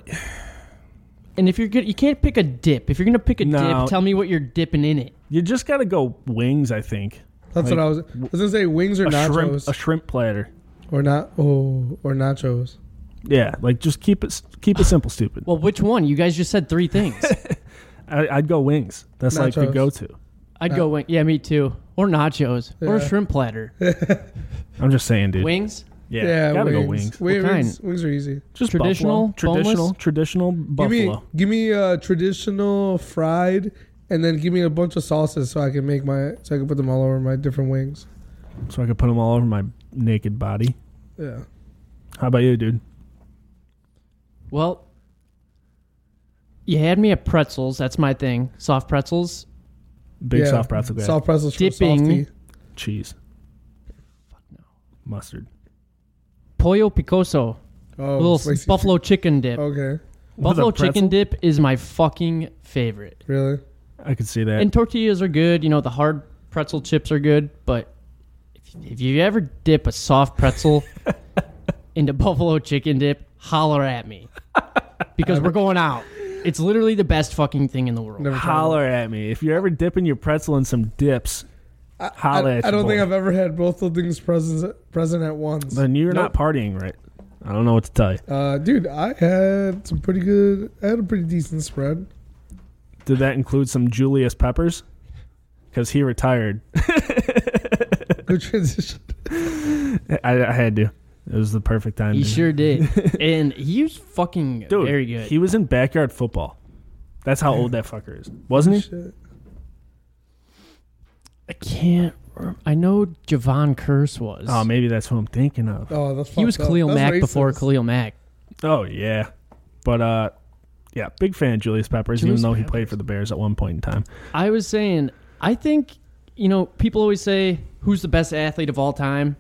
S3: And if you're good, you can't pick a dip. If you're gonna pick a
S2: No.
S3: dip, tell me what you're dipping in it.
S2: You just gotta go wings. I think
S1: That's what I was. I was gonna say wings or
S2: a
S1: nachos
S2: shrimp, a shrimp platter.
S1: or not. Oh, or nachos.
S2: Yeah, like just keep it s- keep it simple, stupid.
S3: Well, which one? You guys just said three things.
S2: I, I'd go wings. That's like the
S1: Nachos.
S2: go-to.
S3: I'd go wing. Yeah, me too. Or nachos. Or
S1: Yeah.
S3: shrimp platter.
S2: I'm just saying, dude.
S3: Wings.
S2: Yeah,
S1: Yeah,
S2: gotta
S1: wings.
S2: go wings.
S1: Wait,
S3: What
S1: wings, wings are easy.
S2: Just
S3: Traditional,
S2: buffalo. traditional,
S3: boneless?
S2: traditional buffalo.
S1: Give me, give me uh, traditional fried, and then give me a bunch of sauces so I can make my so I can put them all over my different wings.
S2: so I could put them all over my naked body.
S1: Yeah,
S2: How about you, dude?
S3: Well, you had me at pretzels. That's my thing. Soft pretzels.
S2: Big
S1: yeah.
S2: soft pretzel guy.
S1: Soft pretzels from
S3: Dipping.
S1: Softy.
S2: cheese. Mustard.
S3: Pollo picoso.
S1: Oh,
S3: A little
S1: spicy Oh,
S3: buffalo chicken dip.
S1: Okay,
S2: With
S3: buffalo
S2: a pretzel?
S3: chicken dip is my fucking favorite.
S1: really?
S2: I could see that.
S3: And tortillas are good. You know, the hard pretzel chips are good, but if, if you ever dip a soft pretzel into buffalo chicken dip, holler at me because we're going out. It's literally the best fucking thing in the world.
S1: Never tried
S2: holler at me if you're ever dipping your pretzel in some dips.
S1: it. I,
S2: holla
S1: I,
S2: at
S1: I
S2: your
S1: don't think
S2: boy.
S1: I've ever had both the things present present at once.
S2: Then you're not
S3: Nope.
S2: partying right. I don't know what to tell you.
S1: Uh, dude, I had some pretty good. I had a pretty decent spread.
S2: Did that include some Julius Peppers? Because he retired.
S1: Good transition.
S2: I, I had to. It was the perfect time.
S3: He
S2: to-
S3: sure did, and he was fucking
S2: Dude,
S3: very good.
S2: He was in backyard football. That's how old that fucker is, wasn't he?
S1: Shit.
S3: I can't. rem- I know Javon Curse was.
S2: Oh, maybe that's what I'm thinking of.
S1: Oh, that's
S3: he was
S1: fucked up.
S3: Khalil
S1: That's
S3: Mack before
S1: racist.
S3: Khalil Mack.
S2: Oh yeah, but uh, yeah, big fan of Julius Peppers,
S3: Julius
S2: even though he played for the Bears at one point in time.
S3: I was saying, I think, you know, people always say, who's the best athlete of all time?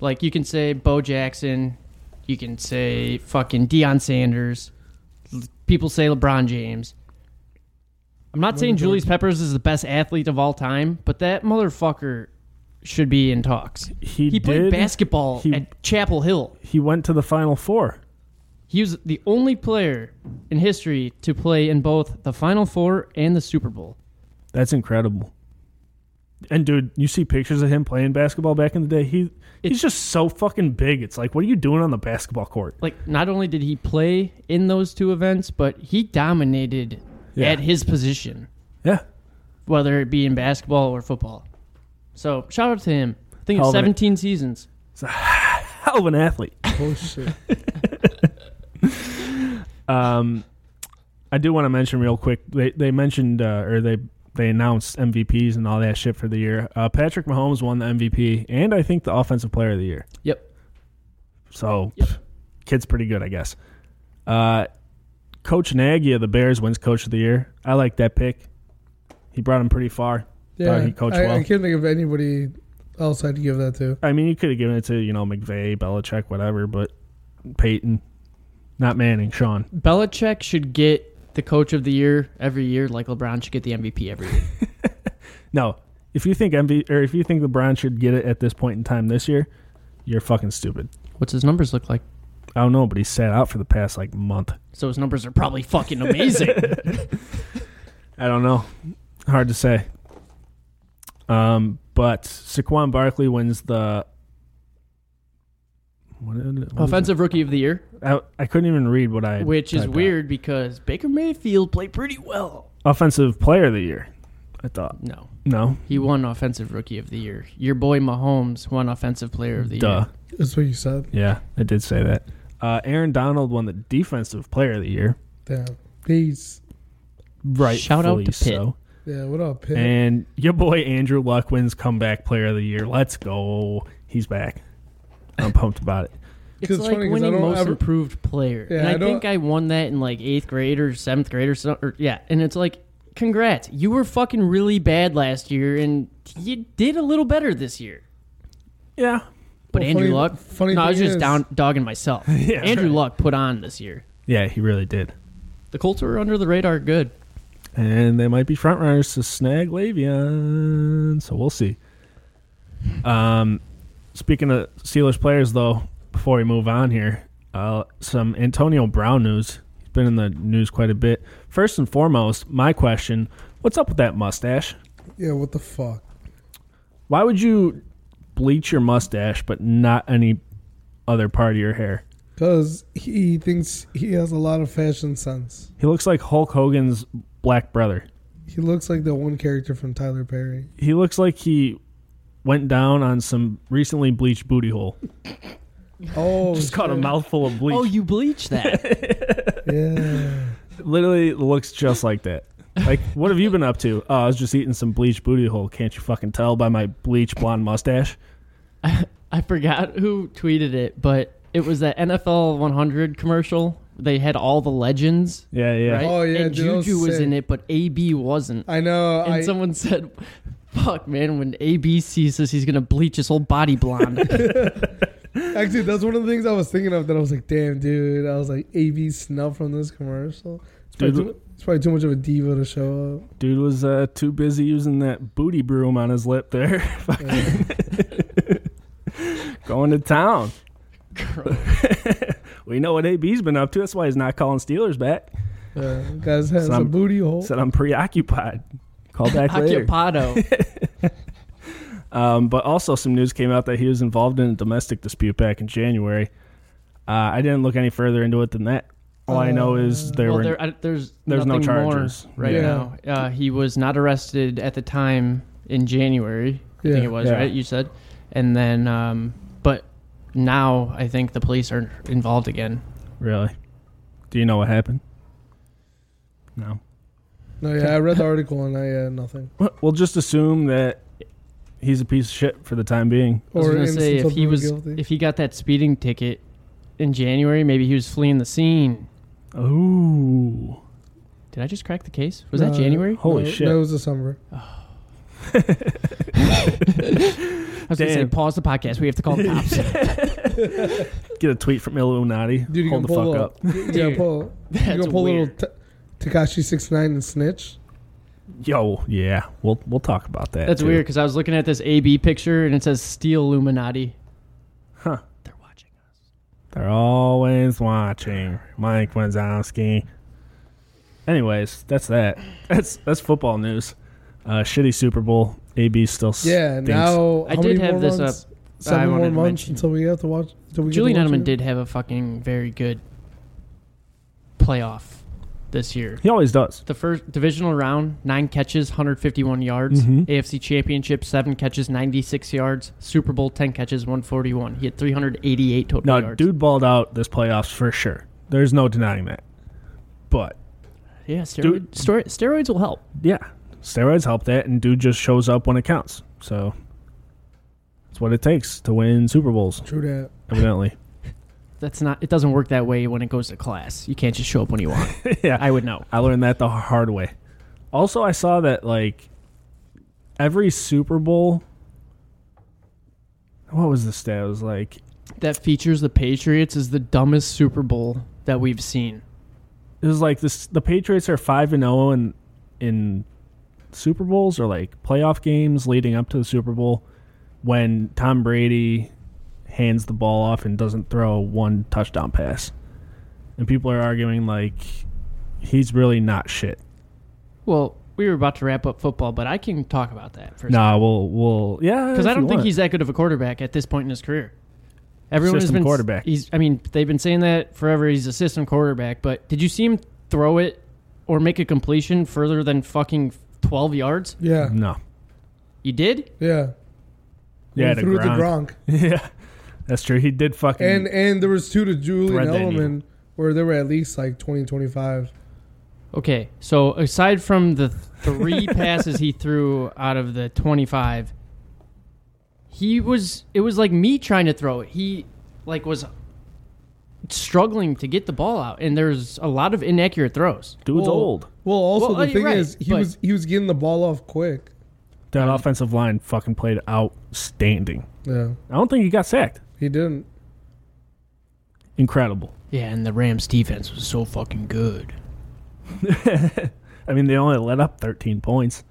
S3: Like, you can say Bo Jackson. You can say fucking Deion Sanders. People say LeBron James. I'm not saying Julius Peppers is the best athlete of all time, but that motherfucker should be in talks.
S2: He,
S3: He played
S2: did,
S3: basketball
S2: he-
S3: at Chapel Hill.
S2: He went to the Final Four.
S3: He was the only player in history to play in both the Final Four and the Super Bowl.
S2: That's incredible. And dude, you see pictures of him playing basketball back in the day. He he's just so fucking big. It's like, what are you doing on the basketball court?
S3: like not only did he play in those two events, but he dominated
S2: Yeah.
S3: at his position,
S2: Yeah,
S3: whether it be in basketball or football. So shout out to him. I think
S2: Hell
S3: it's
S2: of an-
S3: 17 seasons.
S2: hell of an athlete.
S1: Oh shit.
S2: Um, I do want to mention real quick. They they mentioned uh, or they they announced MVPs and all that shit for the year. Uh, Patrick Mahomes won the MVP and I think the Offensive Player of the Year.
S3: Yep.
S2: So,
S3: Yep.
S2: pff, kid's pretty good, I guess. Uh, Coach Nagy of the Bears wins Coach of the Year. I like that pick. He brought him pretty far.
S1: Yeah,
S2: he coached
S1: I,
S2: well.
S1: I can't think of anybody else I'd give that to.
S2: I mean, you could have given it to you know McVay, Belichick, whatever, but Peyton, not Manning, Sean.
S3: Belichick should get the coach of the year every year, like LeBron should get the MVP every year.
S2: No, if you think MV or if you think LeBron should get it at this point in time this year, you're fucking stupid.
S3: What's his numbers look like?
S2: I don't know, but he sat out for the past like month.
S3: So his numbers are probably fucking amazing.
S2: I don't know. hard to say. Um, but Saquon Barkley wins the what is it- what is
S3: Offensive Rookie of the Year,
S2: it? I, I couldn't even read what I
S3: which is
S2: typed out.
S3: weird because Baker Mayfield played pretty well.
S2: Offensive Player of the Year. I thought
S3: No,
S2: no,
S3: he won Offensive Rookie of the Year. Your boy Mahomes won Offensive Player of the
S2: duh.
S3: Year.
S1: That's what you said.
S2: Yeah, I did say that. Uh, Aaron Donald won the Defensive Player of the Year.
S1: Damn. Peace.
S2: Right,
S3: Shout out to Pitt.
S2: so.
S1: Yeah, what up, Pitt?
S2: And your boy Andrew Luck wins comeback player of the year. Let's go. He's back. I'm pumped about it.
S1: It's
S3: It's like
S1: funny 'cause I
S3: winning
S1: don't
S3: most
S1: ever-
S3: improved player,
S1: Yeah,
S3: and I,
S1: I don't-
S3: think I won that in like eighth grade or seventh grade or so. Or, yeah, and it's like, congrats, you were fucking really bad last year, and you did a little better this year.
S2: Yeah.
S3: But
S1: Well,
S3: Andrew
S1: funny-
S3: Luck,
S1: funny
S3: no, I was
S1: thing
S3: just
S1: is-
S3: down dogging myself.
S2: Yeah,
S3: Andrew
S2: right.
S3: Luck put on this year.
S2: Yeah, he really did.
S3: The Colts were under the radar good.
S2: And they might be front runners to snag Le'Veon. So we'll see. Um, speaking of Steelers players, though, before we move on here, uh, some Antonio Brown news. He's been in the news quite a bit. First and foremost, my question what's up with that mustache?
S1: yeah, what the fuck?
S2: Why would you bleach your mustache but not any other part of your hair?
S1: Because he thinks he has a lot of fashion sense.
S2: He looks like Hulk Hogan's black brother.
S1: He looks like the one character from Tyler Perry.
S2: He looks like he went down on some recently bleached booty hole.
S1: Oh,
S2: Just caught a mouthful of bleach.
S3: Oh, you bleached that.
S1: Yeah.
S2: Literally looks just like that. Like, what have you been up to? Oh, I was just eating some bleached booty hole. Can't you fucking tell by my bleached blonde mustache?
S3: I forgot who tweeted it, but it was that NFL 100 commercial. They had all the legends.
S2: Yeah, yeah.
S3: Right?
S1: Oh, yeah,
S3: and
S1: dude, that was
S3: Juju was
S1: sick.
S3: in it, but AB wasn't.
S1: I know.
S3: and
S1: I,
S3: someone said, "Fuck, man! When AB sees this, he's gonna bleach his whole body blonde."
S1: actually, that's one of the things I was thinking of that I was like, damn, dude. I was like, AB snubbed from this commercial. It's probably,
S2: Dude.
S1: too, it's probably too much of a diva to show up.
S2: Dude was uh, too busy using that booty broom on his lip there. Fucking- Going to town. we know what AB's been up to. That's why he's not calling Steelers back.
S1: Yeah, guys has a
S2: Some-
S1: booty hole.
S2: Said I'm preoccupied. Call back later.
S3: Occupado.
S2: Um, but also, some news came out that he was involved in a domestic dispute back in January. Uh, I didn't look any further into it than that. All I know
S1: Uh,
S2: is there
S3: well,
S2: were
S3: there, I, there's
S2: there's no
S3: nothing more
S2: charges.
S3: right
S1: Yeah.
S3: now. Uh, he was not arrested at the time in January. I
S1: Yeah,
S3: think it was
S2: yeah.
S3: right. You said, and then, um, but now I think the police are involved again.
S2: really. Do you know what happened? No.
S1: No, yeah, I read the article and I had nothing.
S2: Well, We'll just assume that he's a piece of shit for the time being.
S3: I was gonna say
S1: innocent
S3: if
S1: until
S3: he
S1: proven
S3: was
S1: guilty.
S3: if he got that speeding ticket in January, maybe he was fleeing the scene.
S2: Ooh.
S3: Did I just crack the case? Was that
S1: No.
S3: January?
S2: Holy
S1: no,
S2: shit.
S1: No, it was December.
S3: I was gonna say
S2: Damn.
S3: pause the podcast. We have to call the cops.
S2: Get a tweet from Illuminati.
S1: Dude, you gonna
S2: Hold the fuck
S1: pull
S2: up.
S1: up. You gonna
S3: Dude,
S1: pull. You
S3: that's
S1: gonna pull
S3: weird.
S1: little t- Takashi six nine and snitch.
S2: Yo, yeah. We'll we'll talk about that.
S3: That's
S2: too.
S3: weird because I was looking at this AB picture and it says Steel Illuminati.
S2: Huh.
S3: They're watching.
S2: They're always watching. Mike Wazowski. Anyways, that's that. That's that's football news. Uh, shitty Super Bowl. AB still
S1: Yeah,
S2: stinks.
S1: now
S3: I
S1: how
S3: did
S1: many
S3: have
S1: more
S3: this
S1: months?
S3: up. I
S1: Seven
S3: wanted
S1: more
S3: to
S1: months
S3: mention.
S1: until we have to watch. Until we get
S3: Julian
S1: to watch
S3: Edelman
S1: it?
S3: did have a fucking very good playoff this year.
S2: He always does.
S3: The first divisional round, nine catches, 151 yards.
S2: Mhm.
S3: AFC Championship, seven catches, 96 yards. Super Bowl, 10 catches, 141. He had 388 total
S2: No,
S3: yards.
S2: dude balled out this playoffs for sure. There's no denying that. But
S3: yeah, steroid,
S2: dude-
S3: stero- steroids will help.
S2: yeah, steroids help that, and dude just shows up when it counts. So that's what it takes to win Super Bowls,
S1: True that.
S2: evidently.
S3: That's not. It doesn't work that way when it goes to class. You can't just show up when you want.
S2: yeah,
S3: I would know.
S2: I learned that the hard way. Also, I saw that like every Super Bowl. What was the stat? It was like
S3: that features the Patriots is the dumbest Super Bowl that we've seen.
S2: it was like this. The Patriots are five and zero in in Super Bowls or like playoff games leading up to the Super Bowl when Tom Brady hands the ball off and doesn't throw one touchdown pass, and people are arguing like he's really not shit.
S3: Well, we were about to wrap up football, but I can talk about that for a
S2: Nah, we'll we'll yeah.
S3: because
S2: if
S3: I don't
S2: you
S3: think
S2: want.
S3: he's that good of a quarterback at this point in his career. Everyone has
S2: System
S3: been
S2: quarterback.
S3: He's. I mean, they've been saying that forever. He's a system quarterback. But did you see him throw it or make a completion further than fucking twelve yards?
S1: Yeah.
S2: no.
S3: You did.
S1: Yeah.
S2: Yeah,
S1: He
S2: to
S1: threw it to
S2: Gronk.
S1: Gronk.
S2: Yeah, that's true. He did fucking.
S1: And and there was two to Julian
S2: Thread that
S1: Edelman where there were at least like 20, 25.
S3: Okay, so aside from the three passes he threw out of the twenty-five, he was. It was like me trying to throw it. He like was struggling to get the ball out, and there's a lot of inaccurate throws.
S2: dude's
S1: Well,
S2: old.
S1: Well, also
S3: Well, uh,
S1: the thing
S3: right,
S1: is he
S3: but-
S1: was he was getting the ball off quick.
S2: That offensive line fucking played outstanding.
S1: Yeah.
S2: I don't think he got sacked.
S1: He didn't.
S2: Incredible.
S3: Yeah, and the Rams defense was so fucking good.
S2: I mean, they only let up 13 points.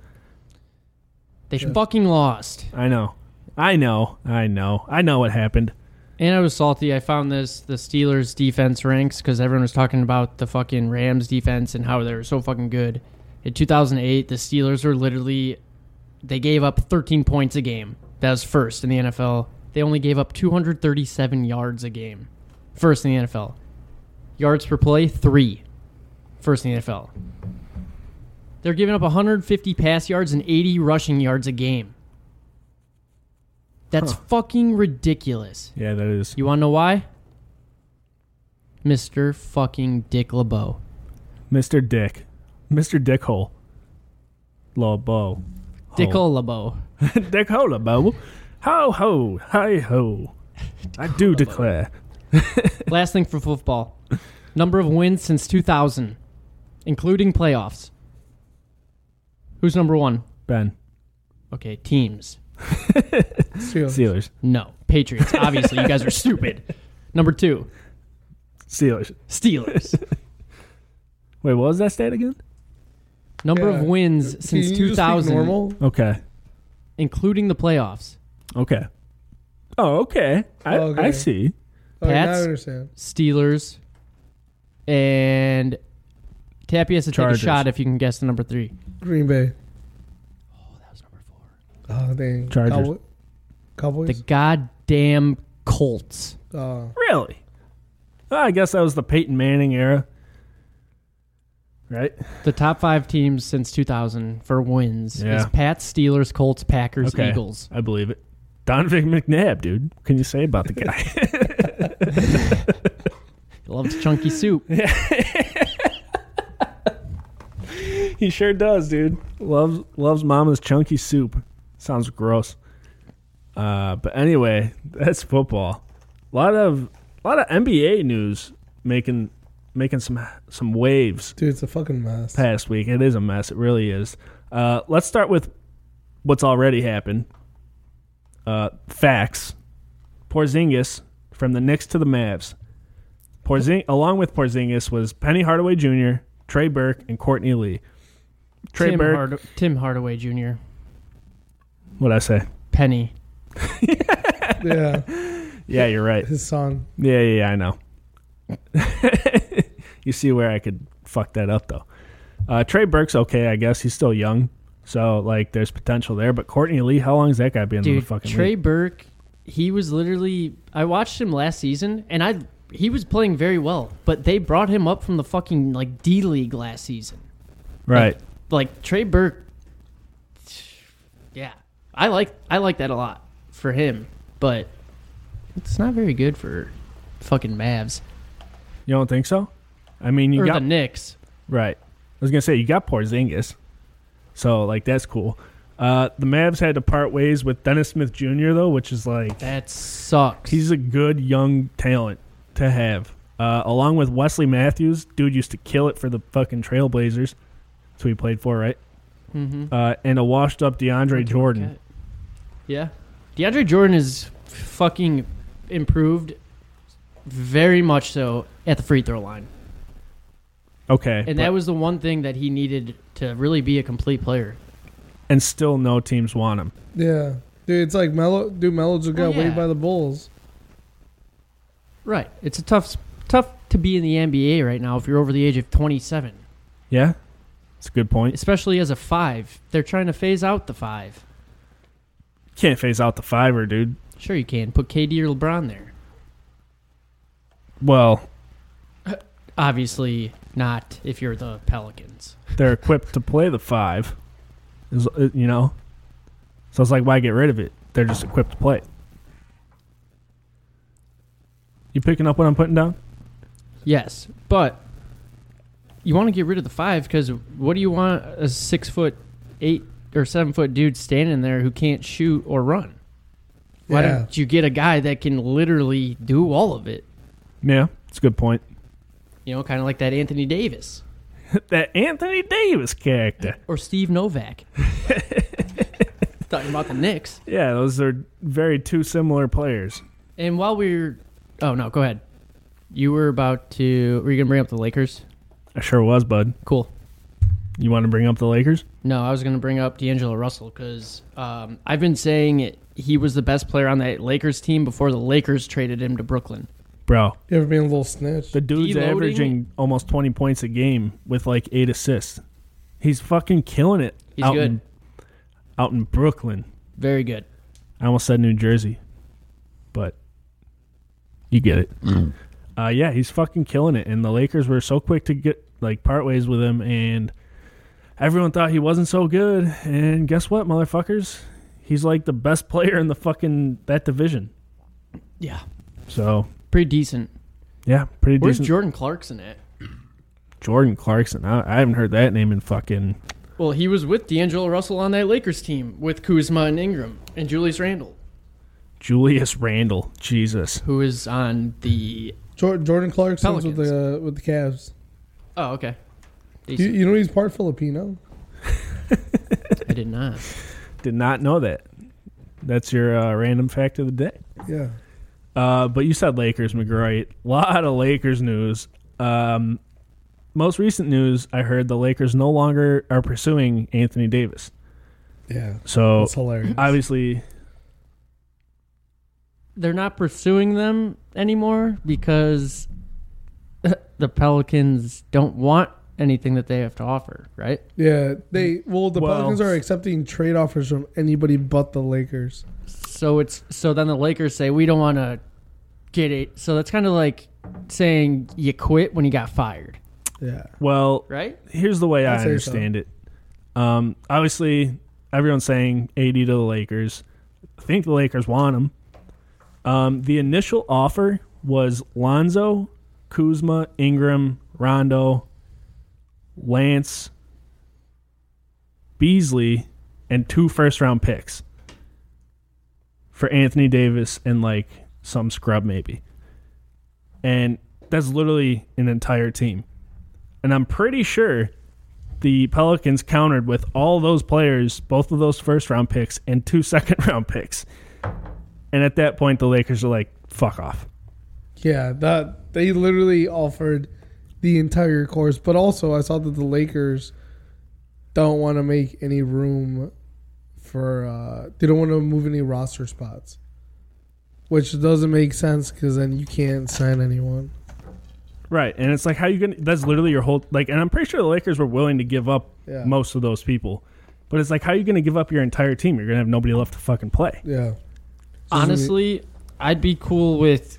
S3: They fucking lost.
S2: I know. I know. I know. I know what happened.
S3: And I was salty. I found this the Steelers defense ranks because everyone was talking about the fucking Rams defense and how they were so fucking good. In 2008, the Steelers were literally they gave up 13 points a game. That was first in the NFL. They only gave up 237 yards a game. First in the NFL. Yards per play, three. First in the NFL. They're giving up 150 pass yards and 80 rushing yards a game. That's fucking ridiculous.
S2: Yeah, that is.
S3: You want to know why? Mr. fucking Dick LeBeau.
S2: Mr. Dick. Mr. Dickhole. Lobo.
S3: Dick
S1: Oh.
S2: Hole.
S3: LeBeau.
S2: Dickhole, Bo. Ho, ho. Hi, ho. I do declare.
S3: Last thing for football. Number of wins since 2000, including playoffs. Who's number one?
S2: Ben.
S3: Okay, teams.
S1: Steelers.
S2: Steelers.
S3: No. Patriots. Obviously, you guys are stupid. Number two,
S2: Steelers.
S3: Steelers.
S2: Wait, what was that stat again?
S3: Number
S1: Yeah.
S3: of wins
S1: Can
S3: since
S1: you just speak
S3: 2000,
S1: normal?
S2: Okay.
S3: including the playoffs.
S2: Okay. Oh, okay. I,
S1: Okay.
S2: I see.
S1: Oh, now I
S3: Pats?
S1: understand.
S3: Steelers, and Tappy has to
S2: Chargers.
S3: take a shot if you can guess the number three.
S1: Green Bay.
S3: Oh, that was number four.
S1: Oh, dang.
S2: Chargers.
S1: Cowboy-
S3: The
S1: Cowboys.
S3: goddamn Colts.
S1: Uh,
S2: Really? Well, I guess that was the Peyton Manning era. Right?
S3: The top five teams since 2000 for wins is
S2: Yeah.
S3: Pats, Steelers, Colts, Packers,
S2: Okay.
S3: Eagles.
S2: I believe it. Donovan McNabb, dude. What can you say about the guy?
S3: Loves chunky soup.
S2: he sure does, dude. Loves loves mama's chunky soup. Sounds gross. Uh, but anyway, that's football. A lot of a lot of NBA news making making some some waves
S1: dude, it's a fucking mess.
S2: past week. It is a mess. It really is. Uh, let's start with what's already happened. Uh, facts. Porzingis from the Knicks to the Mavs. Porzing along with Porzingis was Penny Hardaway Jr., Trey Burke, and Courtney Lee. Trey
S3: Tim,
S2: Burke.
S3: Hard- Tim Hardaway Jr.
S2: What'd I say?
S3: Penny.
S1: Yeah.
S2: Yeah, you're right.
S1: His son.
S2: Yeah, yeah, yeah I know. you see where I could fuck that up though. Uh, Trey Burke's okay, I guess. He's still young, so like there's potential there. But Courtney Lee, how long has that guy been in the
S3: Dude,
S2: fucking
S3: Trey
S2: league?
S3: Burke, he was literally. I watched him last season, and I he was playing very well, but they brought him up from the fucking like D League last season.
S2: Right.
S3: Like Trey Burke. Yeah, I like I like that a lot for him, but it's not very good for fucking Mavs
S2: You don't think so? I mean, you
S3: or
S2: got
S3: the Knicks.
S2: right. I was gonna say you got Porzingis, so like that's cool. Uh, the Mavs had to part ways with Dennis Smith Jr. though, which is like
S3: That sucks.
S2: he's a good young talent to have. Uh, along with Wesley Matthews, dude used to kill it for the fucking Trailblazers. That's who he played for, right?
S3: Mhm.
S2: Uh, and a washed up DeAndre Jordan.
S3: Yeah. DeAndre Jordan is fucking improved very much so at the free throw line.
S2: Okay.
S3: And
S2: but-
S3: that was the one thing that he needed to really be a complete player.
S2: and still no teams want him.
S1: Yeah. Dude, it's like Melo. Dude, Melo just
S3: Well,
S1: got weighed
S3: Oh, yeah.
S1: by the Bulls.
S3: Right. It's a tough tough to be in the NBA right now if you're over the age of 27.
S2: Yeah? It's a good point.
S3: especially as a five. They're trying to phase out the five.
S2: Can't phase out the fiver, dude.
S3: Sure, you can put KD or LeBron there.
S2: Well,
S3: Obviously, not if you're the Pelicans.
S2: they're equipped to play the five, is uh, you know. So it's like, why get rid of it? They're just equipped to play. it. You picking up what I'm putting down?
S3: Yes, but you want to get rid of the five because what do you want a six foot, eight or seven foot dude standing there who can't shoot or run? Why
S1: Yeah.
S3: don't you get a guy that can literally do all of it?
S2: Yeah, it's a good point.
S3: You know, kind of like that Anthony Davis
S2: that Anthony Davis character.
S3: or Steve Novak. Talking about the Knicks.
S2: Yeah, those are very two similar players.
S3: And while we're, oh no, go ahead. You were about to. Were you gonna bring up the Lakers?
S2: I sure was, bud.
S3: Cool.
S2: You want to bring up the Lakers?
S3: No, I was going to bring up D'Angelo Russell because um, I've been saying it, he was the best player on that Lakers team before the Lakers traded him to Brooklyn.
S2: Bro,
S1: You ever been a little snitch?
S2: the dude's
S3: Deloading?
S2: averaging almost 20 points a game with like eight assists. He's fucking killing it.
S3: He's
S2: out
S3: good.
S2: In, out in Brooklyn.
S3: Very good.
S2: I almost said New Jersey, but you get it. Uh, yeah, he's fucking killing it, and the Lakers were so quick to get like part ways with him, and everyone thought he wasn't so good. And guess what, motherfuckers? He's like the best player in the fucking that division.
S3: Yeah.
S2: So
S3: Pretty decent.
S2: yeah, pretty
S3: Where's
S2: decent.
S3: Jordan Clarkson at?
S2: Jordan Clarkson. I, I haven't heard that name in fucking.
S3: Well, he was with D'Angelo Russell on that Lakers team with Kuzma and Ingram and Julius Randle,
S2: Julius Randle, Jesus.
S3: who is on the.
S1: Jor- Jordan Clarkson's with
S3: Pelicans.
S1: the uh, with the Cavs.
S3: Oh, okay.
S1: You,
S3: Decent.
S1: you know he's part Filipino.
S3: I did not.
S2: Did not know that. That's your uh, random fact of the day.
S1: Yeah.
S2: Uh, but you said Lakers, McGroy. A lot of Lakers news. Um, most recent news, I heard the Lakers no longer are pursuing Anthony Davis.
S1: Yeah.
S2: So
S3: Oh.
S1: That's hilarious.
S2: obviously,
S3: They're not pursuing them anymore because the Pelicans don't want anything that they have to offer, right?
S1: yeah. They well the
S2: Well-
S1: Pelicans are accepting trade offers from anybody but the Lakers.
S3: So it's so then the Lakers say we don't want to get it. So that's kind of like saying you quit when you got fired,
S1: Yeah.
S2: well,
S3: right?
S2: here's the way I
S1: I'd say so.
S2: understand it. Um, obviously, everyone's saying AD to the Lakers. I think the Lakers want him. Um, the initial offer was Lonzo, Kuzma, Ingram, Rondo, Lance, Beasley, and two first round picks for Anthony Davis and like some scrub maybe. And that's literally an entire team. And I'm pretty sure the Pelicans countered with all those players, both of those first round picks and two second round picks. And at that point, the Lakers are like, fuck off.
S1: Yeah, that they literally offered the entire course, but also I saw that the Lakers don't want to make any room for uh they don't want to move any roster spots. Which doesn't make sense cuz then you can't sign anyone.
S2: Right. And it's like, how you going to, that's literally your whole, like, and I'm pretty sure the Lakers were willing to give up
S1: Yeah.
S2: most of those people. But it's like, how you going to give up your entire team? You're going to have nobody left to fucking play.
S1: Yeah.
S3: Honestly, I'd be cool with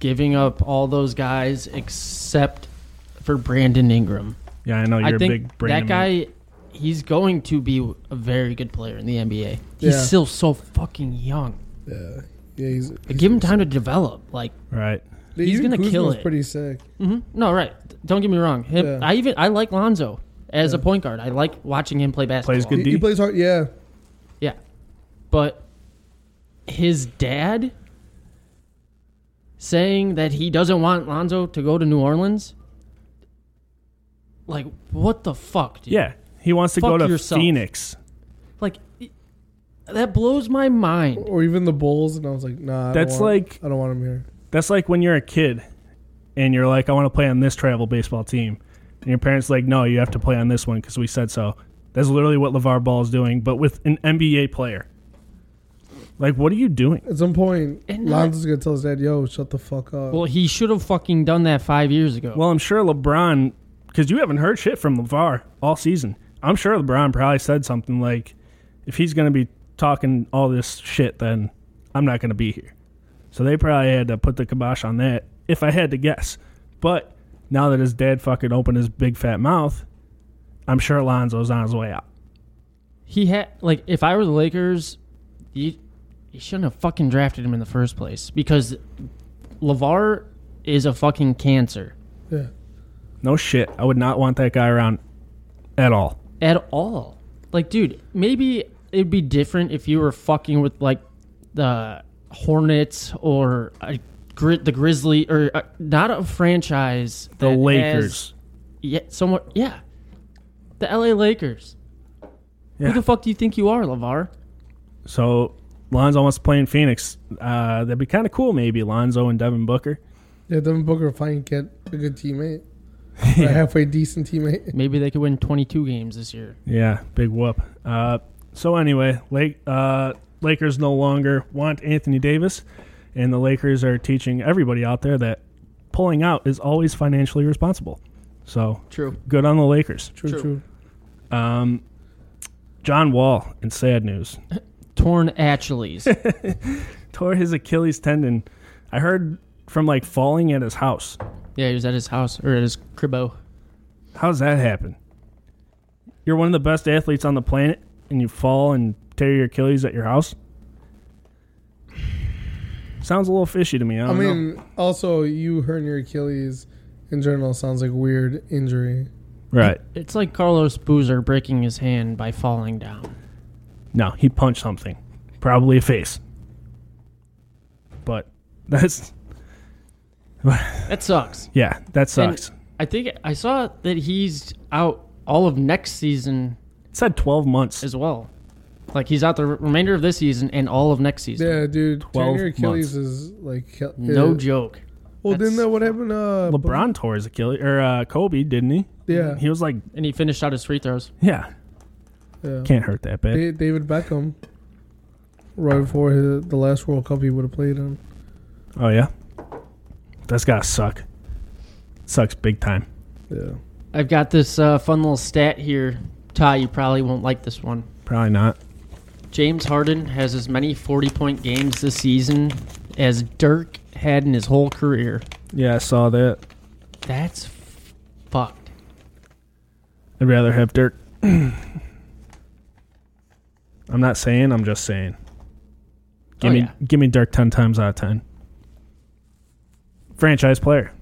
S3: giving up all those guys except for Brandon Ingram.
S2: Yeah, I know you're
S3: I
S2: a
S3: think
S2: big Brandon.
S3: that guy, he's going to be a very good player in the NBA. He's
S1: Yeah.
S3: still so fucking young.
S1: Yeah. Yeah, he's,
S3: But give him time to develop. Like
S2: Right.
S1: he's
S3: he's gonna kill it.
S1: pretty sick.
S3: hmm
S2: Mm-hmm.
S3: No, right. Don't get me wrong. Him,
S1: Yeah.
S3: I even I like Lonzo as a point guard. I like watching him play basketball.
S2: Plays good
S1: He, he
S2: D?
S1: plays hard. Yeah.
S3: Yeah, but his dad saying that he doesn't want Lonzo to go to New Orleans. Like what the fuck, dude?
S2: Yeah. He wants to
S3: Fuck
S2: go to
S3: yourself.
S2: Phoenix.
S3: Like it- that blows my mind.
S1: Or even the Bulls and I was like, "Nah, I don't
S2: That's
S1: want-
S2: like-
S1: I don't want him here."
S2: That's like when you're a kid and you're like, I want to play on this travel baseball team. And your parents like, no, you have to play on this one because we said so. That's literally what LeVar Ball is doing, but with an NBA player. Like, what are you doing?
S1: At some point,
S3: And not-
S1: Lonzo's going to tell his dad, "Yo, shut the fuck up."
S3: Well, he should have fucking done that five years ago.
S2: Well, I'm sure LeBron because you haven't heard shit from LeVar all season. I'm sure LeBron probably said something like, if he's going to be talking all this shit, then I'm not going to be here. So they probably had to put the kibosh on that, if I had to guess. But now that his dad fucking opened his big fat mouth, I'm sure Lonzo's on his way out.
S3: He had like if I were the Lakers, you you shouldn't have fucking drafted him in the first place because Lavar is a fucking cancer
S1: Yeah.
S2: No shit. I would not want that guy around at all.
S3: at all. Like, dude, maybe it'd be different if you were fucking with like the Hornets or a, Gri- the Grizzly or uh, not a franchise.
S2: The
S3: that has-
S2: Lakers.
S3: yeah, somewhat. Yeah, the L.A. Lakers.
S2: Yeah.
S3: Who the fuck do you think you are, Lavar?
S2: So Lonzo wants to play in Phoenix. Uh, that'd be kind of cool, maybe Lonzo and Devin Booker.
S1: Yeah, Devin Booker finally get a good teammate. A halfway decent teammate.
S3: Maybe they could win 22 games this year.
S2: Yeah, big whoop. Uh, so anyway, Lake uh, Lakers no longer want Anthony Davis, and the Lakers are teaching everybody out there that pulling out is always financially responsible. So
S3: True.
S2: good on the Lakers.
S1: True, true.
S3: True.
S2: Um, John Wall in sad news
S3: Torn Achilles.
S2: tore his Achilles tendon. I heard from like falling at his house.
S3: yeah, he was at his house or at his cribbo.
S2: How's that happen? You're one of the best athletes on the planet, and you fall and tear your Achilles at your house. Sounds a little fishy to me. I,
S1: I
S2: don't know.
S1: mean, also you hurting your Achilles in general sounds like a weird injury.
S2: right?
S3: It's like Carlos Boozer breaking his hand by falling down.
S2: No, he punched something, probably a face. But that's
S3: That sucks.
S2: yeah, that sucks.
S3: And I think I saw that he's out all of next season
S2: it said 12 months.
S3: as well. Like he's out the re- remainder of this season and all of next season.
S1: Yeah, dude. Tearing
S2: 12
S1: your Achilles
S2: months.
S1: is like kill-
S3: No
S1: yeah.
S3: joke.
S1: Well,
S3: That's-
S1: didn't that what happened? Uh,
S2: LeBron tore his Achilles or uh, Kobe, didn't he?
S1: Yeah.
S2: He was like,
S3: And he finished out his free throws.
S2: yeah,
S1: Yeah.
S2: can't hurt that bad.
S1: Da- David Beckham, right before his, the last World Cup he would have played in.
S2: Oh yeah, that's gotta suck. Sucks big time.
S1: Yeah.
S3: I've got this uh, fun little stat here. Ty, you probably won't like this one.
S2: Probably not.
S3: James Harden has as many 40 point games this season as Dirk had in his whole career.
S2: Yeah, I saw that.
S3: That's f- fucked.
S2: I'd rather have Dirk. I'm not saying. I'm just saying. Give
S3: Oh,
S2: me,
S3: yeah.
S2: give me Dirk ten times out of ten. Franchise player.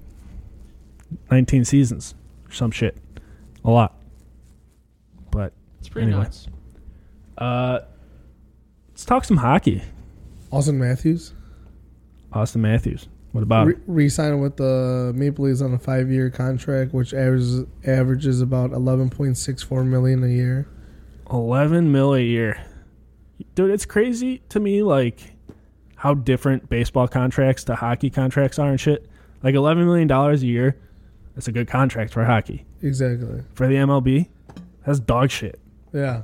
S2: Nineteen seasons, or some shit, a lot. But
S3: It's pretty
S2: Anyway.
S3: nuts.
S2: uh, let's talk some hockey.
S1: Austin Matthews
S2: Austin Matthews. What about
S1: re-
S2: him?
S1: re-signed with the Maple Leafs on a five-year contract, which averages averages about eleven point six four million a year.
S2: 11 mil a year. Dude, it's crazy to me, like, how different baseball contracts to hockey contracts are and shit. Like, $11 million a year, that's a good contract for hockey.
S1: Exactly.
S2: For the MLB, that's dog shit.
S1: Yeah.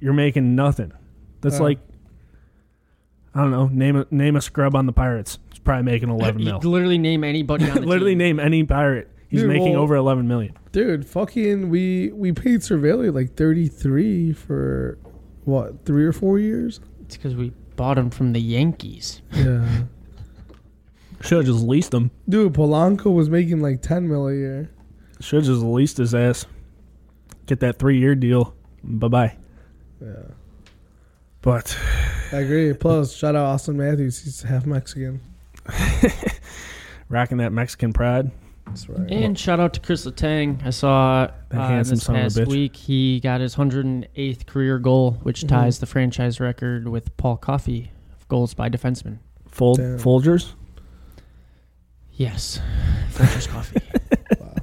S2: You're making nothing. That's
S1: Yeah.
S2: like, I don't know, name a, name a scrub on the Pirates. He's probably making 11
S3: You
S2: mil.
S3: could literally name anybody on the
S2: Literally
S3: team.
S2: name any pirate. He's
S1: Dude,
S2: making
S1: well-
S2: over 11 million.
S1: Dude, fucking, we we paid Cervelli like thirty three for what three or four years.
S3: It's because we bought him from the Yankees.
S1: Yeah,
S2: Should have just leased him.
S1: dude, Polanco was making like ten mil a year.
S2: Should have just leased his ass. Get that three year deal. Bye bye.
S1: Yeah,
S2: But
S1: I agree. Plus, shout out Austin Matthews. He's half Mexican.
S2: rocking that Mexican pride.
S1: That's right.
S3: And shout out to Chris Letang. I saw
S2: That
S3: uh,
S2: handsome
S3: this
S2: son of a
S3: past
S2: bitch.
S3: week he got his 108th career goal, which
S1: Mhm.
S3: ties the franchise record with Paul Coffey of goals by defenseman.
S2: Fold
S1: Damn.
S2: Folgers.
S3: Yes, Franchise Coffee.
S1: wow.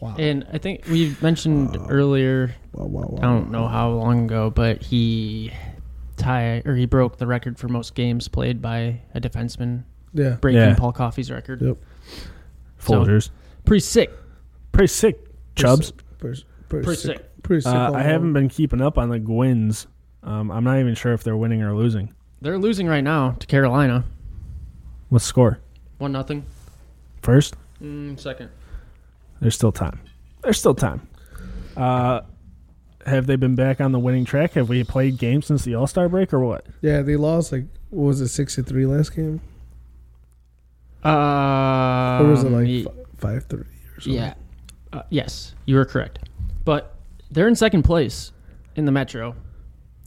S1: Wow.
S3: And I think we mentioned earlier,
S1: wow. Wow. Wow.
S3: I don't know how long ago, but he tie or he broke the record for most games played by a defenseman,
S1: Yeah.
S3: breaking
S2: Yeah.
S3: Paul Coffey's record.
S1: Yep.
S3: So-
S2: Folgers.
S3: Pretty sick.
S2: Pretty sick. Chubs.
S1: Pretty, pretty,
S3: Pretty
S1: sick.
S3: sick.
S1: Pretty sick.
S2: Uh,
S1: on
S2: I
S1: all.
S2: haven't been keeping up on the Gwins. Um, I'm not even sure if they're winning or losing.
S3: They're losing right now to Carolina,
S2: What score?
S3: one nothing.
S2: First?
S3: Mm, second.
S2: There's still time. There's still time. Uh, have they been back on the winning track? Have we played games since the All Star break or what?
S1: Yeah, they lost like what was it six to three last game,
S3: Uh,
S1: or was it like f- five three or something?
S3: Yeah. Uh, yes, you were correct. But they're in second place in the Metro,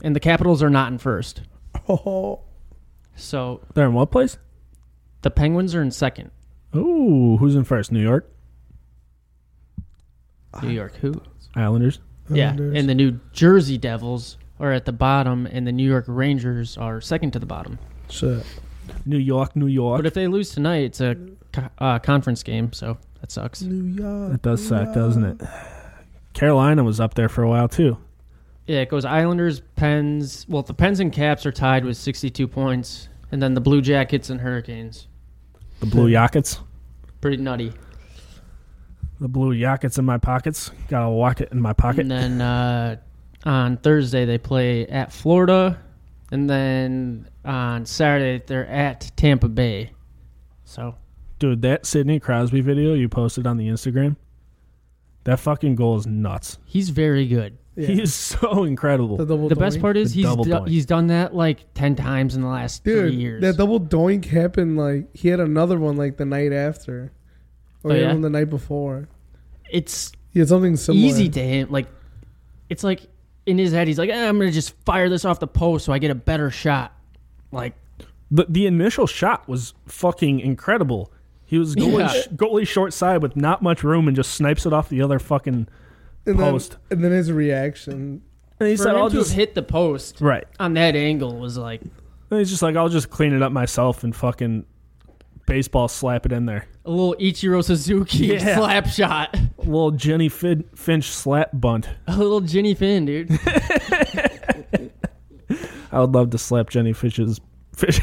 S3: and the Capitals are not in first.
S1: Oh,
S3: So
S2: They're in what place?
S3: the Penguins are in second.
S2: Ooh, who's in first? New York
S3: New York who?
S2: Islanders.
S3: Yeah,
S1: Islanders.
S3: and the New Jersey Devils are at the bottom, and the New York Rangers are second to the bottom.
S1: shit.
S2: New York, New York.
S3: But if they lose tonight, it's a co- uh, conference game, so that sucks.
S1: New York.
S2: That does suck, doesn't it? Carolina was up there for a while too.
S3: Yeah, it goes Islanders, Pens. Well, the Pens and Caps are tied with 62 points, and then the Blue Jackets and Hurricanes.
S2: The Blue Jackets.
S3: Pretty nutty.
S2: The Blue Jackets in my pockets. Got a rocket in my pocket.
S3: And then uh, on Thursday they play at Florida, and then on Saturday they're at Tampa Bay. So
S2: Dude, that Sidney Crosby video you posted on the Instagram, that fucking goal is nuts.
S3: he's very good.
S1: Yeah.
S2: He is so incredible.
S1: the double
S3: the best
S1: doink.
S3: part is
S2: The
S3: he's
S2: double
S3: do-
S2: doink.
S3: he's done that like ten times in the last
S1: Dude,
S3: three years.
S1: that double doink happened like he had another one like the night after, or
S3: Oh,
S1: he had
S3: yeah?
S1: one the night before.
S3: it's
S1: He had something similar.
S3: easy to him. Like it's like in his head he's like, "Eh, I'm gonna just fire this off the post so I get a better shot. Like
S2: the, the initial shot was fucking incredible. He was goalie,
S3: Yeah.
S2: sh- goalie short side with not much room and just snipes it off the other fucking.
S1: and
S2: post.
S1: Then, and then his reaction.
S2: And he
S3: for
S2: said,
S3: him
S2: "I'll
S3: to
S2: just
S3: have hit the post
S2: right."
S3: on that angle was like
S2: And he's just like, "I'll just clean it up myself and fucking baseball slap it in there."
S3: a little Ichiro Suzuki
S2: Yeah.
S3: slap shot.
S2: Little Jenny Fin- Finch slap bunt.
S3: A little Ginny Finn, dude.
S2: I would love to slap Jenny Fish's fish.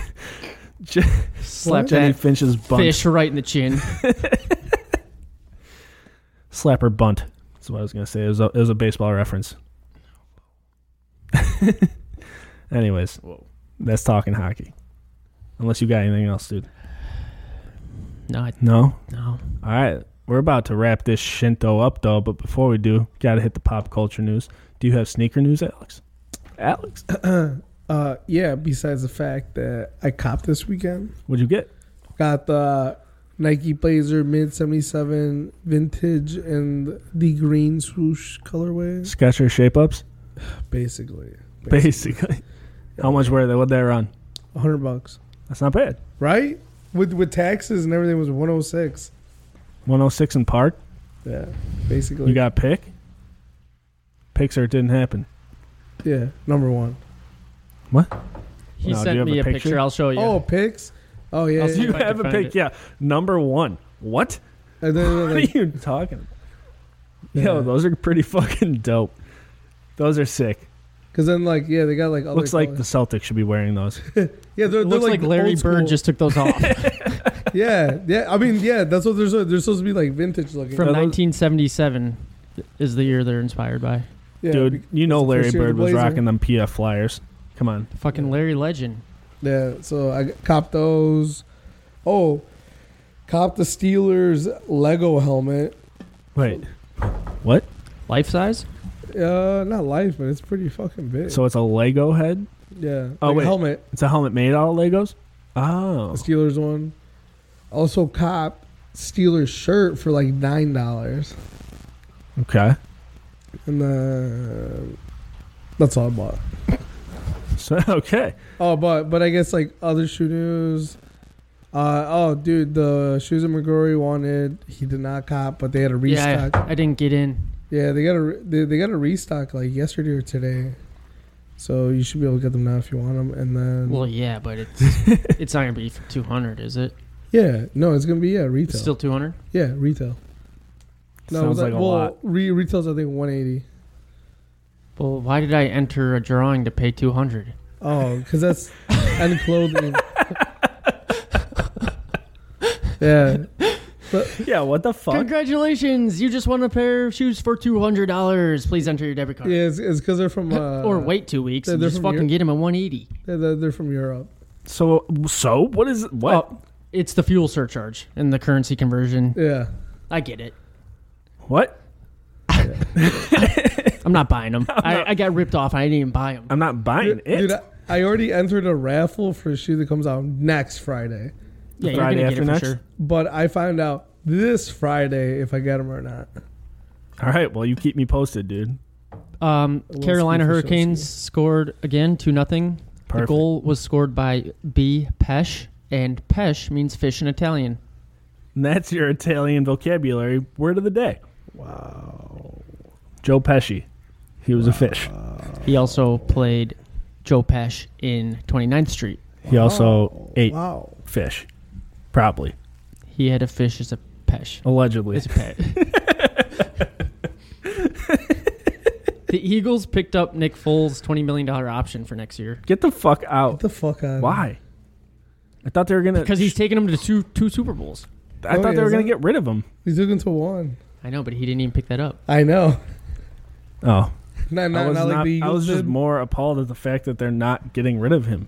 S2: Je-
S3: Slap
S2: Jenny
S3: that
S2: Finch's bunt.
S3: fish right in the chin.
S2: Slap her bunt. That's what I was gonna say. It was a, it was a baseball reference. Anyways, that's talking hockey. Unless you got anything else, dude.
S3: No, I,
S2: No.
S3: no.
S2: All right, we're about to wrap this Shinto up though. But before we do, gotta hit the pop culture news. Do you have sneaker news, Alex? Alex,
S1: Uh, yeah. Besides the fact that I copped this weekend,
S2: what'd you get?
S1: got the Nike Blazer Mid '77 Vintage and the green swoosh colorway.
S2: Sketcher shape ups,
S1: Basically,
S2: basically. How much were they? What'd they run?
S1: hundred bucks,
S2: That's not bad.
S1: right? With with taxes and everything was 106.
S2: 106 in park.
S1: Yeah, basically.
S2: You got a pick? Picks or it didn't happen.
S1: yeah, number one.
S3: He
S2: No, do you
S3: sent
S2: have
S3: me
S2: a
S3: a picture?
S2: picture?
S3: I'll show you.
S1: Oh, picks. Oh yeah.
S3: I'll
S1: yeah,
S3: see
S2: You
S3: if I can
S2: have a
S3: find
S2: pick,
S3: it.
S2: yeah. Number one. What?
S1: And then they're
S2: What are
S1: like,
S2: you talking about?
S1: Yeah.
S2: Yo, those are pretty fucking dope. Those are sick.
S1: Cause then like yeah, they got like other
S2: Looks like the
S1: colors.
S2: Celtics should be wearing those.
S1: yeah, they're,
S3: it
S1: they're
S3: looks like,
S1: the
S3: Larry
S1: old school.
S3: Bird just took those off
S1: yeah yeah. I mean yeah, that's what they're so- they're supposed to be like vintage looking.
S2: Are
S3: from
S2: those-
S3: 1977. Is the year they're inspired by.
S1: yeah, be-
S2: Dude, you know
S1: that's the
S2: Larry
S1: first year of
S2: Bird
S1: the
S2: was
S1: Blazer.
S2: rocking them PF Flyers. Come on.
S3: Fucking Larry Legend.
S1: yeah. So I copped those. Oh, copped the Steelers Lego helmet.
S2: Wait.
S3: Life size?
S1: Uh, not life, but it's pretty fucking big.
S2: So it's a Lego head?
S1: yeah.
S2: Oh,
S1: like a
S2: wait.
S1: helmet.
S2: It's a helmet made out of Legos?
S1: The
S2: Oh.
S1: Steelers one. Also copped Steelers shirt for like nine dollars,
S2: Okay.
S1: and then that's all I bought.
S2: So okay.
S1: Oh, but but I guess like other shoe news. Uh, oh, dude, the shoes that McGrory wanted, he did not cop, but they had a
S3: Yeah,
S1: restock.
S3: I, I didn't get in.
S1: Yeah, they got a re- they, they got a restock like yesterday or today, so you should be able to get them now if you want them. And then,
S3: Well, yeah, but it's it's not gonna be 200, is it?
S1: yeah, no, it's gonna be yeah
S3: It's
S1: retail.
S3: still 200.
S1: yeah, retail. No, it was
S2: Sounds like a
S1: well,
S2: lot.
S1: Re- retail's I think one eighty.
S3: Well, why did I enter a drawing to pay 200?
S1: Oh, because that's and clothing. yeah,
S2: Yeah, what the fuck?
S3: Congratulations! You just won a pair of shoes for $200. Please enter your debit
S1: yeah,
S3: card.
S1: it's because they're from uh,
S3: or wait two weeks
S1: they're-
S3: and
S1: they're
S3: just
S1: from
S3: fucking
S1: Europe.
S3: get him a 180.
S1: They're, they're from Europe.
S2: So so what is what?
S3: Oh, it's the fuel surcharge and the currency conversion.
S1: Yeah.
S3: I get it.
S2: What?
S3: I'm not buying them. I, I got ripped off. I didn't even buy them.
S2: I'm not buying
S1: Dude,
S2: it.
S1: dude, I, I already entered a raffle for a shoe that comes out next Friday,
S3: Yeah, you're
S2: Friday
S3: gonna get
S2: after
S3: it for
S2: next?
S3: sure.
S1: but I find out this Friday if I get them or not.
S2: All right, well, you keep me posted, dude.
S3: Um,
S1: Well,
S3: Carolina
S1: Steve Wysocki.
S3: Hurricanes scored again, two nothing. The
S2: Perfect.
S3: goal was scored by B. Pesh, and Pesh means fish in Italian.
S2: And that's your Italian vocabulary word of the day.
S1: Wow.
S2: Joe Pesci. He was a fish.
S3: He also played Joe Pesh in 29th Street.
S2: He also ate
S1: Wow.
S2: fish. Probably.
S3: He had a fish as a Pesh.
S2: Allegedly.
S3: It's a pet. the Eagles picked up Nick Foles' $20 million option for next year
S2: Get the fuck
S1: Get
S2: out.
S1: the fuck out.
S2: Why? I thought they were gonna
S3: because he's taking him to two, two Super Bowls.
S2: I
S1: Oh,
S2: thought
S1: yeah,
S2: they were
S1: is
S2: gonna
S1: it?
S2: get rid of him.
S1: He's looking to one.
S3: I know, but he didn't even pick that up.
S1: I know.
S2: Oh.
S1: Not,
S2: I
S1: not,
S2: was,
S1: not like
S2: not-
S1: the
S2: I
S1: Eagles
S2: was just
S1: did.
S2: more appalled at the fact that they're not getting rid of him.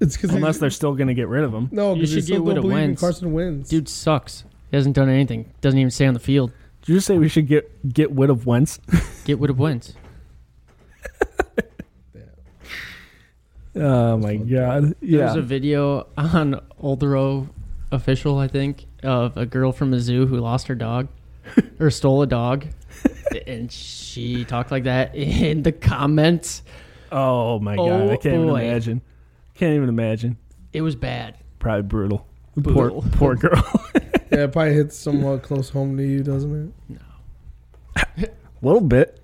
S1: It's because
S2: Unless they're still gonna get rid of him.
S1: no,
S3: You
S1: because
S3: should
S1: they still
S3: get rid
S1: don't
S3: of
S1: believe in
S3: Wentz.
S1: Carson wins.
S3: Dude sucks. He hasn't done anything. Doesn't even stay on the field.
S2: Did you say we should get get rid of Wentz?
S3: Get would have went.
S2: Oh my god.
S3: There's a
S2: Yeah.
S3: video on Oldero official, I think, of a girl from a zoo who lost her dog or stole a dog. and she talked like that in the comments.
S2: Oh my god. I
S3: Oh,
S2: can't even
S3: boy.
S2: imagine. Can't even imagine.
S3: It was bad.
S2: Probably brutal.
S3: Brutal.
S2: Poor poor girl.
S1: yeah, it probably hits somewhat close home to you, doesn't it?
S2: little bit.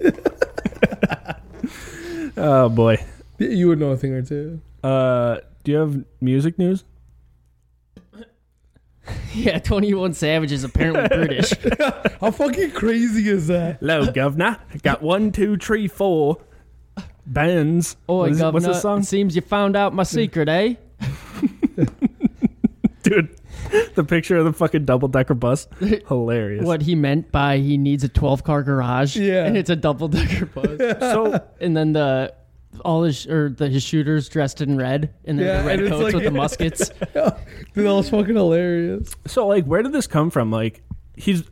S2: oh boy.
S1: Y- You would know a thing or two.
S2: Uh, do you have music news?
S3: Yeah, 21 Savage is apparently British.
S1: How fucking crazy is that?
S2: Hello, governor. Got one, two, three, four bands.
S3: Oi,
S2: What is it-
S3: Oh, governor,
S2: what's the
S3: it
S2: song,
S3: seems you found out my secret, eh?
S2: dude? The picture of the fucking double decker bus. Hilarious.
S3: What he meant by he needs a 12 car garage.
S1: Yeah.
S3: And it's a double decker bus.
S2: So
S3: and then the all his or the his shooters dressed in red and they're
S1: Yeah,
S3: the red
S1: and it's
S3: coats
S1: like-
S3: with the muskets.
S1: Dude, that was fucking hilarious.
S2: so like, where did this come from? Like, he's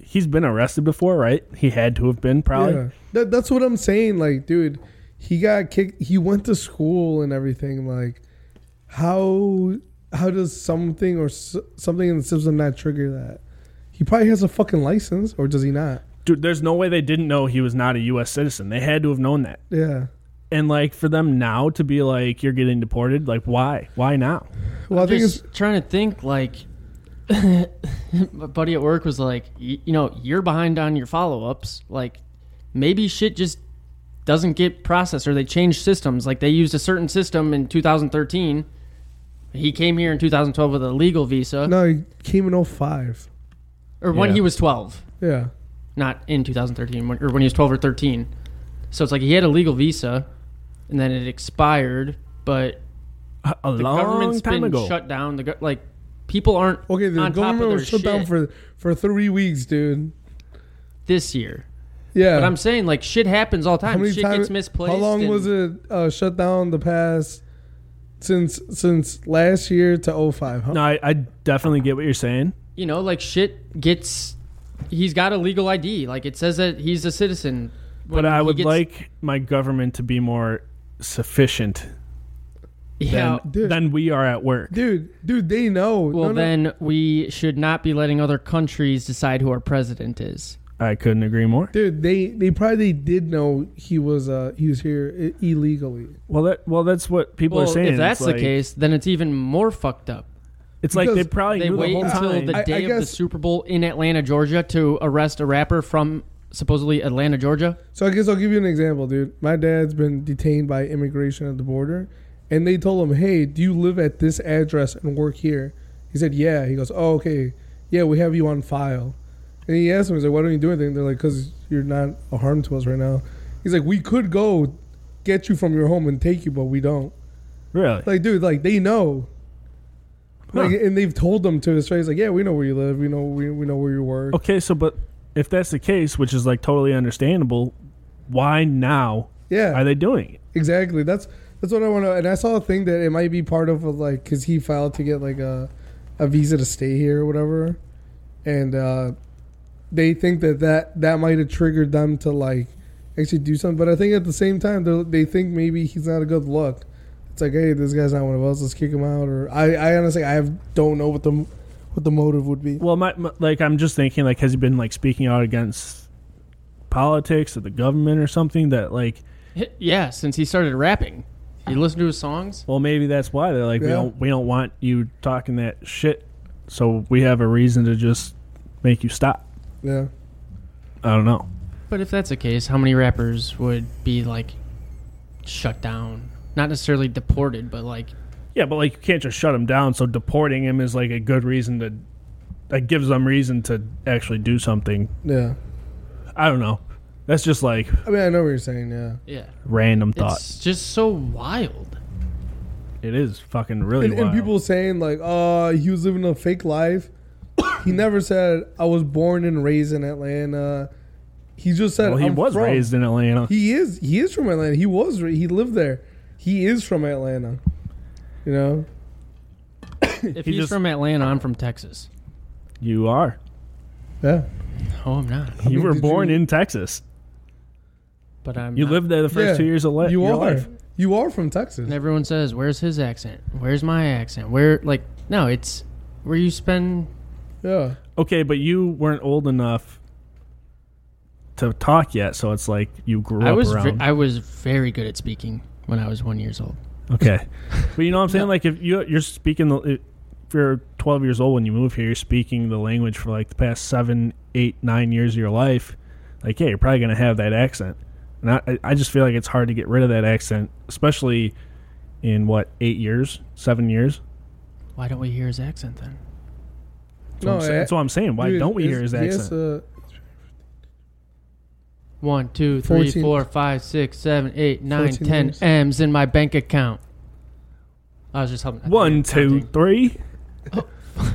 S2: he's been arrested before, right? He had to have been probably.
S1: Yeah. That, that's what I'm saying. Like, dude, he got kicked. He went to school and everything. Like, how how does something or s- something in the system not trigger that? He probably has a fucking license, or does he not?
S2: Dude, there's no way they didn't know he was not a U.S. citizen. They had to have known that.
S1: Yeah.
S2: And like, for them now to be like, you're getting deported. Like, why? Why now?
S1: Well, i
S3: I'm
S1: think it's
S3: just trying to think like my buddy at work was like, y- you know, you're behind on your follow ups. Like maybe shit just doesn't get processed or they change systems. Like they used a certain system in 2013. He came here in 2012 with a legal visa,
S1: no. He came in 05.
S3: or when
S2: Yeah.
S3: he was 12.
S1: Yeah.
S3: not in 2013 when, or when he was 12 or 13 so it's like he had a legal visa and then it expired but
S2: A- A
S3: the
S2: long
S3: government's
S2: time
S3: been
S2: ago.
S3: shut down the go- like people aren't
S1: Okay. The
S3: on top of
S1: government
S3: their
S1: was shut down
S3: shit
S1: for for three weeks, dude.
S3: this year
S1: Yeah.
S3: but i'm saying like shit happens all the time shit
S1: time-
S3: gets misplaced
S1: How long
S3: and-
S1: was it uh, shut down the past since since last year to 05? Huh?
S2: No, I, I definitely get what you're saying.
S3: you know like shit gets he's got a legal id like it says that he's a citizen
S2: But
S3: When
S2: I
S3: he
S2: would
S3: gets-
S2: like my government to be more sufficient
S3: yeah
S2: than,
S1: Dude.
S2: than we are at work.
S1: Dude, dude, they know.
S3: well
S1: No, no.
S3: then we should not be letting other countries decide who our president is
S2: I couldn't agree more.
S1: dude, they they probably did know he was uh he was here i- illegally.
S2: Well, that well, that's what people
S3: well
S2: are saying.
S3: if that's
S2: it's
S3: the
S2: like,
S3: case then it's even more fucked up
S2: it's like they
S1: Because
S2: probably
S3: They
S2: knew
S3: wait
S2: the whole
S3: until
S2: time.
S3: the
S1: I- I
S3: day of the
S1: guess-
S3: Super Bowl in Atlanta, Georgia, to arrest a rapper from supposedly Atlanta, Georgia.
S1: So I guess I'll give you an example, dude. My dad's been detained by immigration at the border, and they told him, "Hey, do you live at this address and work here?" He said, "Yeah." He goes, "Oh, okay. Yeah, we have you on file." And he asked him, "He's like, why don't you do anything?" They're like, "Cause you're not a harm to us right now." He's like, "We could go get you from your home and take you, but we don't."
S2: really?
S1: Like, dude, like they know. Like,
S2: Huh.
S1: and they've told them to his face, like, yeah, we know where you live, we know we, we know where you work.
S2: okay, so but if that's the case, which is like totally understandable, why now
S1: Yeah,
S2: are they doing it?
S1: exactly. That's that's what I want to. And I saw a thing that it might be part of, of like, because he filed to get like a a visa to stay here or whatever, and uh they think that that, that might have triggered them to like actually do something. But I think at the same time, they're- they think maybe he's not a good look. It's like, hey, this guy's not one of us. Let's kick him out. Or I, I honestly, I have, don't know what the what the motive would be.
S2: Well, my, my like I'm just thinking like has he been like speaking out against politics or the government or something that like
S3: Yeah, since he started rapping,
S1: Uh-huh.
S3: you listen to his songs.
S2: well maybe that's why they're like we
S1: Yeah.
S2: don't we don't want you talking that shit so we have a reason to just make you stop.
S1: Yeah,
S2: I don't know.
S3: But if that's the case, how many rappers would be like shut down? Not necessarily deported, but like
S2: Yeah, but like you can't just shut him down. So deporting him is like a good reason to that gives them reason to actually do something.
S1: yeah.
S2: I don't know. That's just like
S1: I mean, I know what you're saying. Yeah,
S3: yeah,
S2: random thought.
S3: it's just so wild.
S2: it is fucking really
S1: and, and
S2: wild.
S1: people saying like, uh, he was living a fake life. he never said I was born and raised in Atlanta. He just said
S2: well, he
S1: "I'm
S2: was
S1: from."
S2: raised in Atlanta.
S1: He is. He is from Atlanta. He was. ra- He lived there. He is from Atlanta. You know.
S3: If
S2: He
S3: he's
S2: just-
S3: from Atlanta, I'm from Texas.
S2: you are.
S1: Yeah.
S3: No, I'm not.
S2: You
S1: mean,
S2: were
S1: did
S2: born
S1: you-
S2: in Texas.
S3: But I'm.
S2: You
S3: not.
S2: lived there the first
S1: Yeah.
S2: two years of li-
S1: you
S2: your
S1: are.
S2: life.
S1: You are from Texas.
S3: And everyone says, "Where's his accent? Where's my accent? Where?" Like, no, it's where you spend.
S1: Yeah.
S2: Okay, but you weren't old enough to talk yet, so it's like you grew
S3: I
S2: up
S3: was ve-
S2: around.
S3: I was very good at speaking when I was one years old.
S2: okay, but you know what I'm saying? Like if you you're speaking the if you're 12 years old when you move here, you're speaking the language for like the past seven, eight, nine years of your life. Like yeah, you're probably gonna have that accent, and I I- I just feel like it's hard to get rid of that accent, especially in what eight years, seven years.
S3: Why don't we hear his accent then?
S2: That's, what, I'm, sa-
S1: I-
S2: that's what I'm saying. Why
S1: eh, dude,
S2: don't we hear his
S1: it's-
S2: accent?
S1: yes, uh,
S3: One, two, three,
S1: Fourteen.
S3: four, five, six, seven, eight, nine,
S1: Fourteen
S3: ten
S1: years.
S3: M's in my bank account. I was just helping.
S2: One, two,
S3: Counting.
S2: three.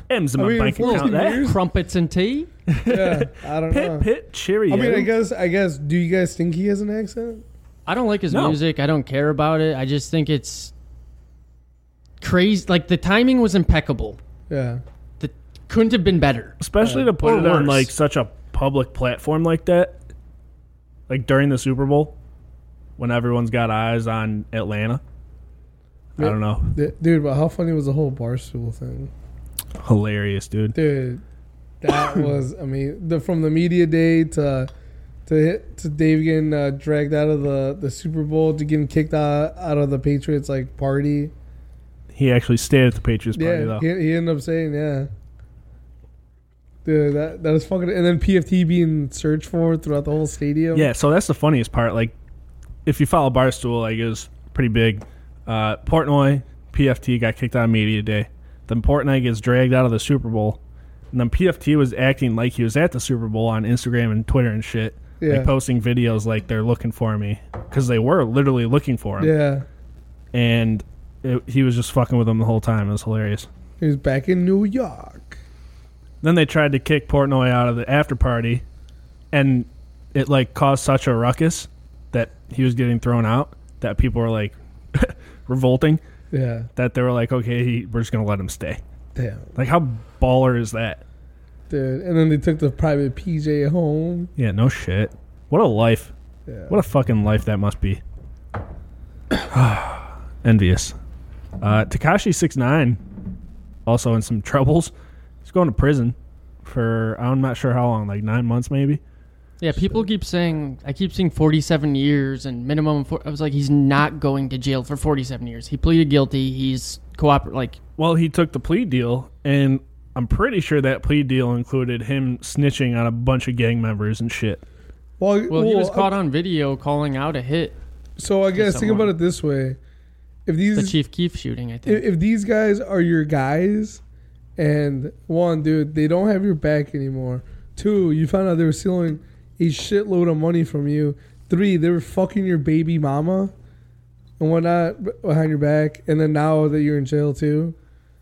S2: M's in
S1: I
S2: my
S1: mean,
S2: bank
S1: fourteen
S2: account. That.
S1: years?
S3: Crumpets and tea.
S1: yeah. I don't know.
S2: Pit, pit, cheerio.
S1: I mean, I guess. I guess. Do you guys think he has an accent?
S3: I don't like his
S2: No.
S3: music. I don't care about it. I just think it's crazy. Like the timing was impeccable.
S1: Yeah.
S3: The couldn't have been better.
S2: Especially to put
S3: or
S2: it on
S3: worse.
S2: like such a public platform like that, like during the Super Bowl, when everyone's got eyes on Atlanta. I
S1: Yeah.
S2: don't know.
S1: D- Dude, but how funny was the whole barstool thing?
S2: Hilarious, dude.
S1: Dude, that was. I mean, the, from the media day to to hit, to Dave getting uh, dragged out of the the Super Bowl to getting kicked out, out of the Patriots like party.
S2: He actually stayed at the Patriots party
S1: yeah,
S2: though.
S1: he, he ended up saying yeah. Dude, that that is fucking. And then PFT being searched for throughout the whole stadium.
S2: Yeah, so that's the funniest part. Like, if you follow Barstool, like, it was pretty big. Uh, Portnoy, PFT got kicked out of media day. Then Portnoy gets dragged out of the Super Bowl. And then PFT was acting like he was at the Super Bowl on Instagram and Twitter and shit.
S1: Yeah.
S2: Like, posting videos like they're looking for me. Because they were literally looking for him.
S1: yeah.
S2: And it, he was just fucking with them the whole time. It was hilarious.
S1: He was back in New York.
S2: Then they tried to kick Portnoy out of the after party, and it like caused such a ruckus that he was getting thrown out that people were like revolting
S1: Yeah,
S2: that they were like, okay, he, we're just gonna let him stay.
S1: damn,
S2: Like, how baller is that?
S1: dude. And then they took the private PJ home.
S2: Yeah, no shit. What a life.
S1: Yeah.
S2: What a fucking life that must be. Envious. Uh, Takashi six nine, also in some troubles. He's going to prison for I'm not sure how long, like nine months maybe.
S3: Yeah, people keep saying I keep seeing 47 years and minimum. For, I was like, he's not going to jail for 47 years. He pleaded guilty. He's cooper like
S2: Well, he took the plea deal, and I'm pretty sure that plea deal included him snitching on a bunch of gang members and shit.
S1: Well,
S3: well, he was
S1: I-
S3: caught on video calling out a hit,
S1: So I guess think about
S3: someone.
S1: it this way: if
S3: the
S1: these if,
S3: Chief Keef shooting. I think.
S1: if these guys are your guys, and one dude, they don't have your back anymore. Two, you found out they were stealing a shitload of money from you. Three, they were fucking your baby mama and whatnot b- behind your back. And then now that you're in jail too,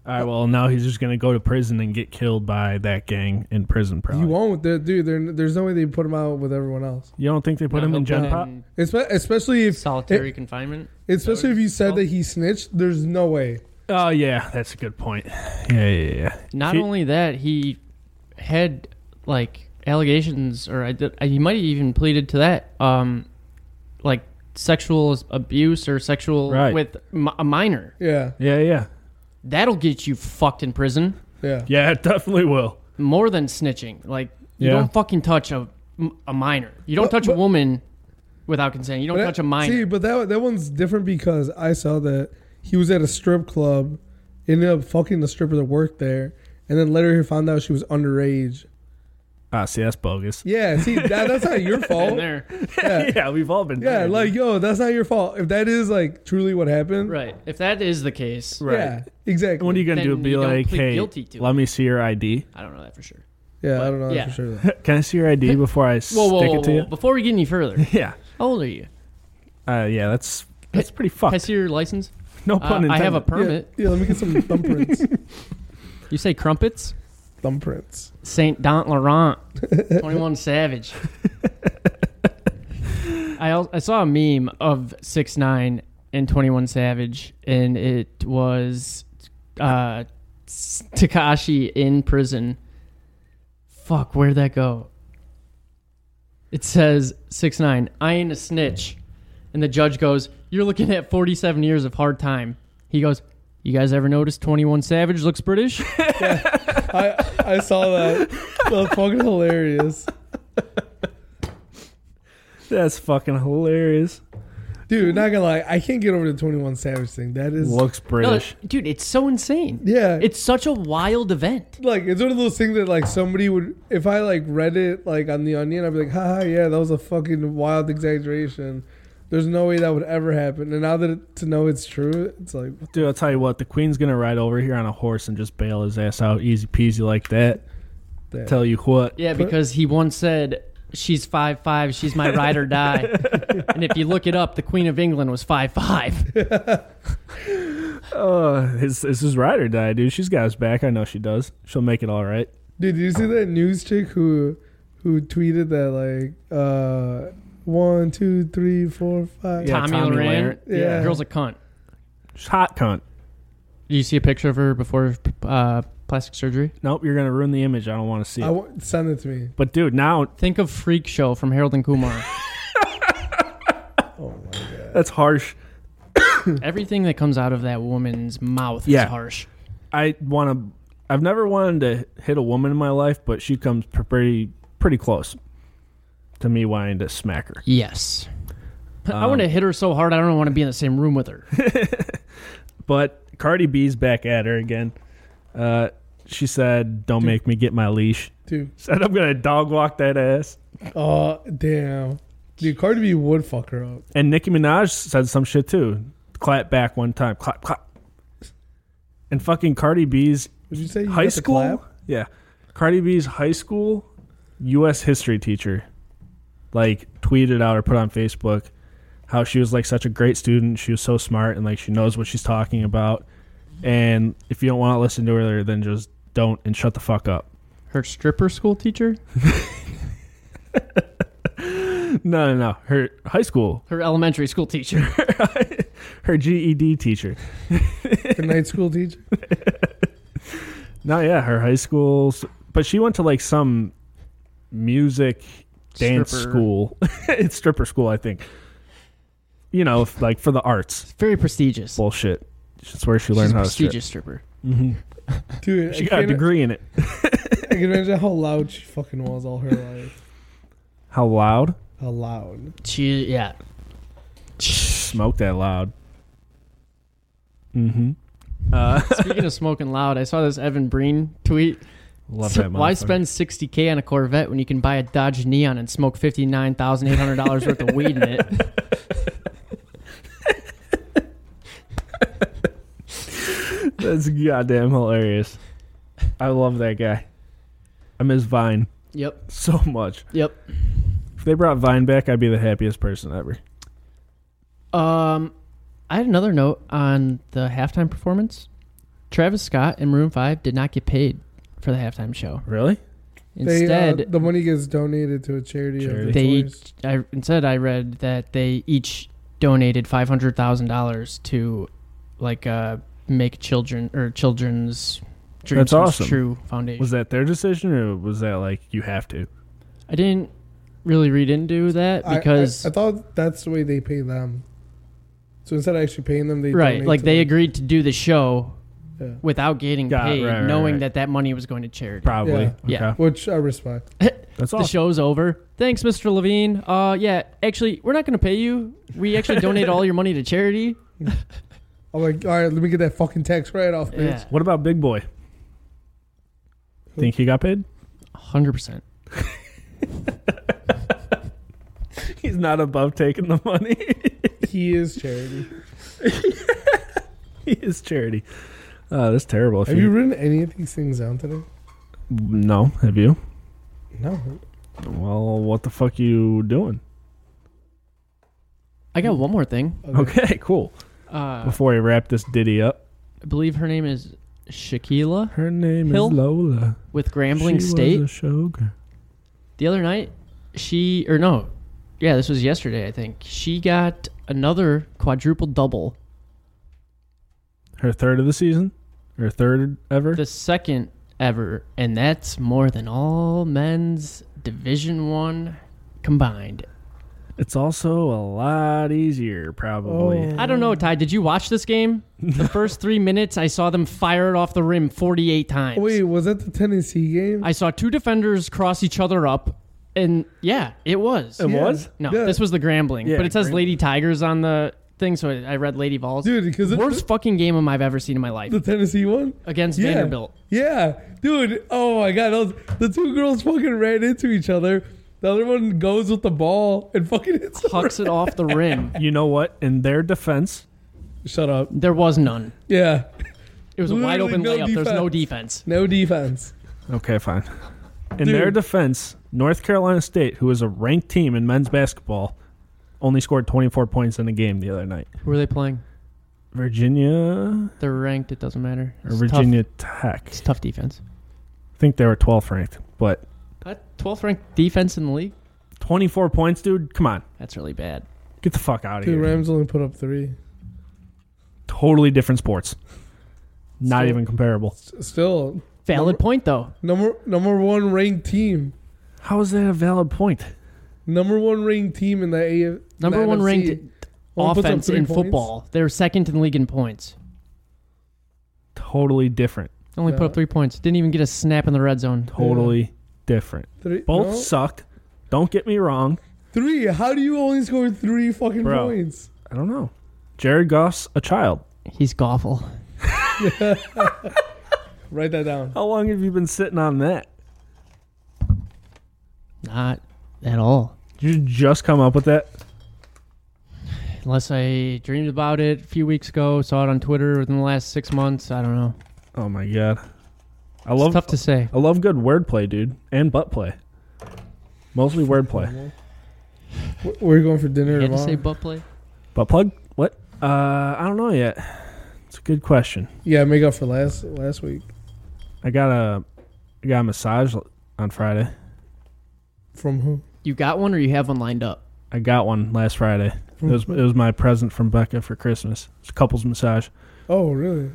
S2: All right, well, now he's just going to go to prison and get killed by that gang in prison, probably.
S1: you won't, They're- dude. they're- There's no way they put him out with everyone else.
S2: You don't think they put
S3: No,
S2: him in
S3: he'll
S2: Gen
S3: put
S2: Pop?
S3: in
S1: Espe- Especially if
S3: solitary confinement.
S1: especially if you said
S3: called?
S1: that he snitched. There's no way.
S2: Oh, yeah, that's a good point. Yeah, yeah, yeah.
S3: Not
S2: He-
S3: only that, he had like allegations, or I did- I- he might have even pleaded to that, um, like sexual abuse or sexual
S2: Right.
S3: with mi- a minor.
S1: Yeah,
S2: Yeah, yeah.
S3: That'll get you fucked in prison
S1: yeah,
S2: Yeah, it definitely will.
S3: more than snitching. Like you
S2: Yeah.
S3: don't fucking touch a a minor. You don't
S1: But-
S3: touch
S1: but-
S3: a woman without consent. You don't
S1: But
S3: touch
S1: that-
S3: a minor.
S1: See, but that that one's different because I saw that he was at a strip club, ended up fucking the stripper that worked there, and then later he found out she was underage.
S2: Ah, see, that's bogus.
S1: Yeah, see, that, that's not your
S3: in
S1: fault.
S3: there.
S2: Yeah, we've all been.
S1: Yeah,
S2: there.
S1: like yo, that's not your fault. If that is like truly what happened,
S3: Right. If that is the case,
S2: Right.
S1: Yeah, exactly.
S2: What are you gonna do?
S3: Then
S2: Be
S3: you don't
S2: like,
S3: plead
S2: hey,
S3: guilty to
S2: let
S3: it."
S2: me see your ID.
S3: I don't know that for sure.
S1: yeah, I don't know
S3: Yeah.
S1: for sure. Though.
S2: Can I see your ID before I
S3: Whoa, whoa,
S2: stick
S3: whoa,
S2: it to
S3: whoa.
S2: you?
S3: Before we get any further,
S2: Yeah,
S3: how old are you?
S2: uh, yeah. That's that's pretty
S3: Can I
S2: fucked.
S3: see your license?
S2: No
S3: Uh,
S2: pun intended.
S3: I have a
S1: Yeah,
S3: permit.
S1: yeah, let me get some thumbprints.
S3: You say crumpets?
S1: thumbprints.
S3: Saint Don Laurent, Twenty One Savage. I al- I saw a meme of six nine and Twenty One Savage, and it was uh, s- Takashi in prison. Fuck, where'd that go? It says six nine. I ain't a snitch, and the judge goes, "You're looking at forty seven years of hard time." He goes, "You guys ever notice Twenty One Savage looks British?"
S1: I I saw that. That's fucking hilarious,
S2: That's fucking hilarious.
S1: dude. Not gonna lie, I can't get over the Twenty One Savage thing. That is,
S2: Looks
S3: No,
S2: British.
S3: dude, it's so insane.
S1: yeah,
S3: It's such a wild event.
S1: like it's one of those things that like somebody would if I like read it like on the Onion, I'd be like, haha, yeah, that was a fucking wild exaggeration. There's no way that would ever happen. And now that it, to know it's true, it's like
S2: Dude, I'll tell you what. The Queen's gonna ride over here on a horse and just bail his ass out, easy peasy like that.
S1: that.
S2: Tell you what.
S3: Yeah, because he once said, "She's five five. She's my ride or die." and if you look it up, the Queen of England was five five.
S2: Uh, it's, it's his ride or die, dude. She's got his back. I know she does. She'll make it all right.
S1: Dude, did you see that news chick who who tweeted that like uh one, two, three, four, five?
S2: Yeah,
S3: Tommy,
S2: Tommy
S3: Loren.
S2: Lahren.
S3: Yeah.
S1: Yeah.
S3: girl's a cunt.
S2: She's hot cunt.
S3: Did you see a picture of her before uh, plastic surgery?
S2: Nope, you're gonna ruin the image. I don't want to see
S1: I
S2: it.
S1: want send it to me.
S2: But dude, now
S3: Think of Freak Show from Harold and Kumar.
S1: Oh my god.
S2: that's harsh.
S3: Everything that comes out of that woman's mouth
S2: Yeah.
S3: is harsh.
S2: I want to. I've never wanted to hit a woman in my life, but she comes pr- pretty pretty close to me wanting to smack her.
S3: Yes. Um, I want to hit her so hard I don't want to be in the same room with her.
S2: But Cardi B's back at her again. Uh, she said, "Don't make me get my leash."
S1: Dude.
S2: Said I'm gonna dog walk that ass.
S1: Oh damn. Dude, Cardi B would fuck her up.
S2: And Nicki Minaj said some shit too. Clap back one time. Clap clap. And fucking Cardi B's
S1: Would you say you got
S2: high
S1: the
S2: school.
S1: clap?
S2: Yeah, Cardi B's high school U.S. history teacher, like tweeted out or put on Facebook how she was like such a great student. She was so smart and like she knows what she's talking about. And if you don't want to listen to her, then just don't and shut the fuck up.
S3: Her stripper school teacher,
S2: No, no, no. Her high school,
S3: her elementary school teacher.
S2: her GED teacher.
S1: The night school teacher?
S2: No, yeah, her high school. s- But she went to like some music dance
S3: Stripper.
S2: school. it's stripper school, I think. You know, if, like for the arts.
S3: Very prestigious.
S2: Bullshit. That's where she
S3: She's
S2: learned
S3: a
S2: how to strip.
S3: prestigious stripper.
S2: hmm
S1: Dude,
S2: She
S1: I
S2: got a
S1: can't-
S2: degree in it.
S1: I can imagine how loud she fucking was all her life.
S2: How loud?
S1: How loud.
S3: She yeah.
S2: Smoke that loud. Mm-hmm. Uh,
S3: Speaking of smoking loud, I saw this Evan Breen tweet.
S2: love
S3: So
S2: that.
S3: Why
S2: motherfucker.
S3: spend sixty k on a Corvette when you can buy a Dodge Neon and smoke fifty nine thousand eight hundred dollars worth of weed in it?
S2: That's goddamn hilarious. I love that guy. I miss Vine
S3: Yep.
S2: so much.
S3: Yep.
S2: If they brought Vine back, I'd be the happiest person ever.
S3: Um, I had another note on the halftime performance. Travis Scott and Maroon Five did not get paid for the halftime show.
S2: Really?
S1: They, uh,
S3: Instead,
S1: the money gets donated to a charity. of
S2: Charity.
S1: their
S3: they
S1: choice.
S3: each, I, instead I read that they each donated five hundred thousand dollars to like uh make children or children's dreams
S2: That's
S3: Come
S2: awesome.
S3: true foundation.
S2: Was that their decision, or was that like you have to?
S3: I didn't really read into that
S1: I-
S3: because
S1: I, I, thought that's the way they pay them. So instead of actually paying them, they
S3: right,
S1: donate
S3: like
S1: to
S3: they
S1: them.
S3: agreed to do the show
S1: Yeah.
S3: without getting
S2: Got it,
S3: paid,
S2: right, right,
S3: knowing
S2: right.
S3: that that money was going to charity.
S2: Probably.
S1: Yeah.
S3: Yeah.
S2: Okay.
S1: which I respect.
S2: That's
S3: the
S2: awesome.
S3: show's over. Thanks, Mr. Levine. Uh, yeah, actually, we're not going to pay you. We actually donate all your money to charity.
S1: I'm like, all right, let me get that fucking tax write off, bitch.
S3: Yeah,
S2: What about Big Boy? Think he got paid?
S3: hundred percent.
S2: He's not above taking the money.
S1: He is charity.
S2: he is charity. Uh, that's terrible. If
S1: Have you written any of these things down today?
S2: no, have you?
S1: No.
S2: Well, what the fuck you doing?
S3: I got one more thing.
S2: Okay, cool.
S3: Uh,
S2: Before I wrap this ditty up,
S3: I believe her name is Shaquila
S2: her name
S3: Hill?
S2: is Lola.
S3: with Grambling
S2: She was
S3: State.
S2: a showgirl.
S3: the other night, she or no, yeah, this was yesterday. I think she got another quadruple double,
S2: Her third of the season, her third ever.
S3: the second ever, and that's more than all men's Division One combined.
S2: It's also a lot easier, probably.
S1: Oh.
S3: I don't know, Ty. Did you watch this game? The first three minutes, I saw them fire it off the rim 48 times.
S1: Wait, was that the Tennessee game?
S3: I saw two defenders cross each other up, and yeah, it was.
S2: It was.
S3: no,
S1: yeah.
S3: this was the Grambling,
S2: Yeah,
S3: but it says
S2: Grambling.
S3: Lady Tigers on the thing, so I I read Lady Vols.
S1: dude, because
S3: Worst fucking game of I've ever seen in my life
S1: the Tennessee one
S3: against
S1: Yeah.
S3: Vanderbilt.
S1: Yeah, dude. Oh my god, those the two girls fucking ran into each other. The other one goes with the ball and fucking hits. the
S3: Hucks it off the rim.
S2: You know what? In their defense,
S1: rim. Shut up.
S3: There was none.
S1: Yeah,
S3: It was a wide
S1: Literally
S3: open
S1: no
S3: layup. There's no defense.
S1: no defense.
S2: Okay, fine.
S1: Dude.
S2: In their defense, North Carolina State, who is a ranked team in men's basketball, only scored 24 points in the game the other night.
S3: Who are they playing?
S2: Virginia
S3: They're ranked. It doesn't matter.
S2: or
S3: It's
S2: Virginia Tech.
S3: It's tough defense.
S2: I think they were 12th ranked, but
S3: What? 12th ranked defense in the league?
S2: 24 points, dude. Come on.
S3: That's really bad.
S2: Get the fuck out of
S1: Dude,
S2: here.
S1: Rams only put up three.
S2: Totally different sports. Not
S1: Still-
S2: even comparable.
S1: S- Still,
S3: Valid
S1: Number-
S3: point though.
S1: number number one ranked team.
S2: How is that a valid point?
S1: Number one ranked team in the A. in the
S3: Number one
S1: NFC.
S3: ranked
S1: Only puts up
S3: offense
S1: three
S3: in
S1: points.
S3: football. They're second in the league in points.
S2: Totally different.
S3: Only put
S1: Yeah.
S3: up three points. Didn't even get a snap in the red zone.
S2: Totally different.
S1: Three,
S2: Both
S1: no,
S2: sucked. Don't get me wrong.
S1: three. How do you only score three fucking
S2: Bro.
S1: points?
S2: I don't know. Jared Goff's a child.
S3: He's awful.
S1: Write that down.
S2: How long have you been sitting on that?
S3: Not at all.
S2: Did you just come up with that?
S3: Unless I dreamed about it a few weeks ago, saw it on Twitter within the last six months. I don't know.
S2: Oh my god. I
S3: It's
S2: love
S3: tough to say.
S2: I love good wordplay, dude, and butt play. Mostly wordplay.
S1: Where- Where are you going for dinner
S3: You had to
S1: tomorrow?
S3: say butt play.
S2: Butt plug? What? Uh, I don't know yet. It's a good question.
S1: yeah, make up for last last week
S2: I got a I got a massage l- on Friday.
S1: from who?
S3: You got one or you have one lined up?
S2: I got one last Friday. It was it was my present from Becca for Christmas. It's a couples massage.
S1: Oh, really?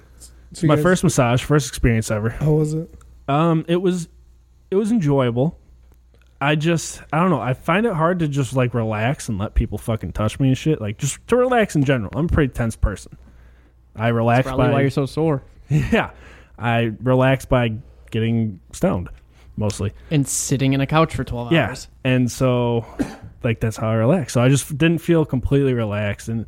S2: It's my first massage, first experience ever.
S1: How was it?
S2: Um, it was it was enjoyable. I just I don't know. I find it hard to just like relax and let people fucking touch me and shit. Like just to relax in general. I'm a pretty tense person. I relax
S3: Probably
S2: by
S3: why you're so sore.
S2: yeah. I relax by getting stoned mostly.
S3: And sitting in a couch for 12
S2: Yeah.
S3: hours.
S2: And so like that's how I relax. So I just didn't feel completely relaxed and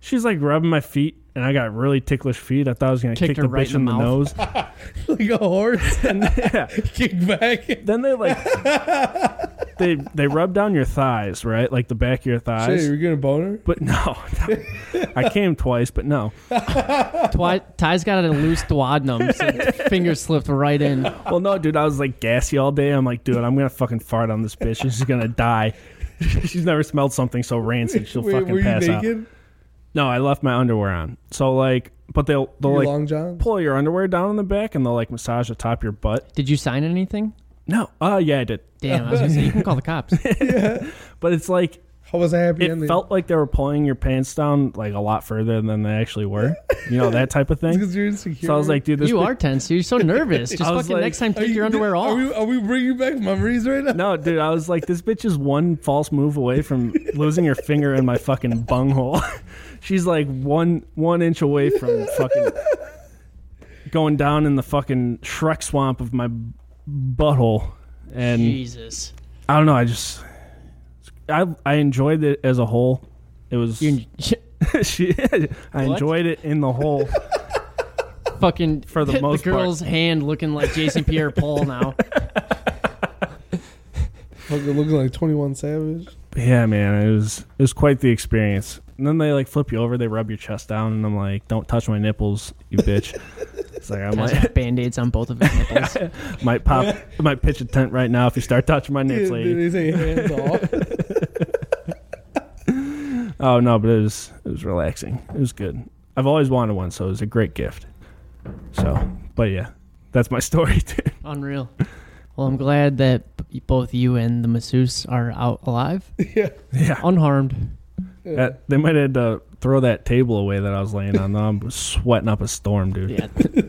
S2: she's like rubbing my feet and I got really ticklish feet. I thought I was gonna
S3: Kicked
S2: kick
S3: her
S2: the
S3: right
S2: bitch
S3: in
S2: in
S3: the
S2: the, nose.
S3: mouth.
S1: like a horse
S2: and yeah.
S1: kick back.
S2: then they like they they rub down your thighs, right? Like the back of your thighs.
S1: Shit, you're gonna boner?
S2: But no, no. I came twice, but no.
S3: Twi- Ty's got a loose duodenum, so his finger slipped right in.
S2: Well, no, dude, I was like gassy all day. I'm like, dude, I'm gonna fucking fart on this bitch. and She's gonna die. She's never smelled something so rancid. She'll
S1: Wait,
S2: fucking
S1: were you
S2: pass out.
S1: naked?
S2: No, I left my underwear on. So like, but they'll they'll
S1: Your
S2: like
S1: long john?
S2: pull your underwear down in the back and they'll like massage the top of your butt.
S3: Did you sign anything?
S2: No, oh yeah, I did.
S3: Damn, I was going to say, you can call the cops.
S2: But it's like
S1: How was a happy
S2: It
S1: ending?
S2: felt like they were pulling your pants down like a lot further than they actually were. You know that type of thing.
S1: because you're insecure.
S2: So I was like, dude, this
S3: you
S2: pic-
S3: are tense. You're so nervous. Just
S2: I was
S3: fucking
S2: like,
S3: next time,
S1: Are
S3: take
S1: you-
S3: your underwear
S1: Are
S3: off.
S1: we, are we bringing back memories right now?
S2: No, dude, I was like, this bitch is one false move away from losing her finger in my fucking bunghole. She's like one one inch away from fucking going down in the fucking Shrek swamp of my butthole. And
S3: Jesus,
S2: I don't know, I just I I enjoyed it as a whole. It was
S3: you
S2: she, I
S3: What?
S2: enjoyed it in the whole.
S3: fucking
S2: For the
S3: the
S2: most part.
S3: girl's hand looking like Jason Pierre-Paul now.
S1: Fucking looking like 21 Savage.
S2: Yeah, man, it was it was quite the experience. And then they like flip you over, they rub your chest down, and I'm like, "Don't touch my nipples, you bitch." it's like I
S3: Guys
S2: might
S3: have band-aids on both of his nipples.
S2: might pop, might pitch a tent right now if you start touching my nips,
S1: Yeah,
S2: lady.
S1: they say hands off.
S2: Oh no, but it was it was relaxing. It was good. I've always wanted one, so it was a great gift. So, but yeah, that's my story. dude.
S3: Unreal. Well, I'm glad that b- both you and the masseuse are out alive,
S1: yeah.
S2: yeah,
S3: unharmed.
S1: yeah.
S2: That- they might have had to throw that table away that I was laying on. though. I'm sweating up a storm, dude.
S3: Yeah,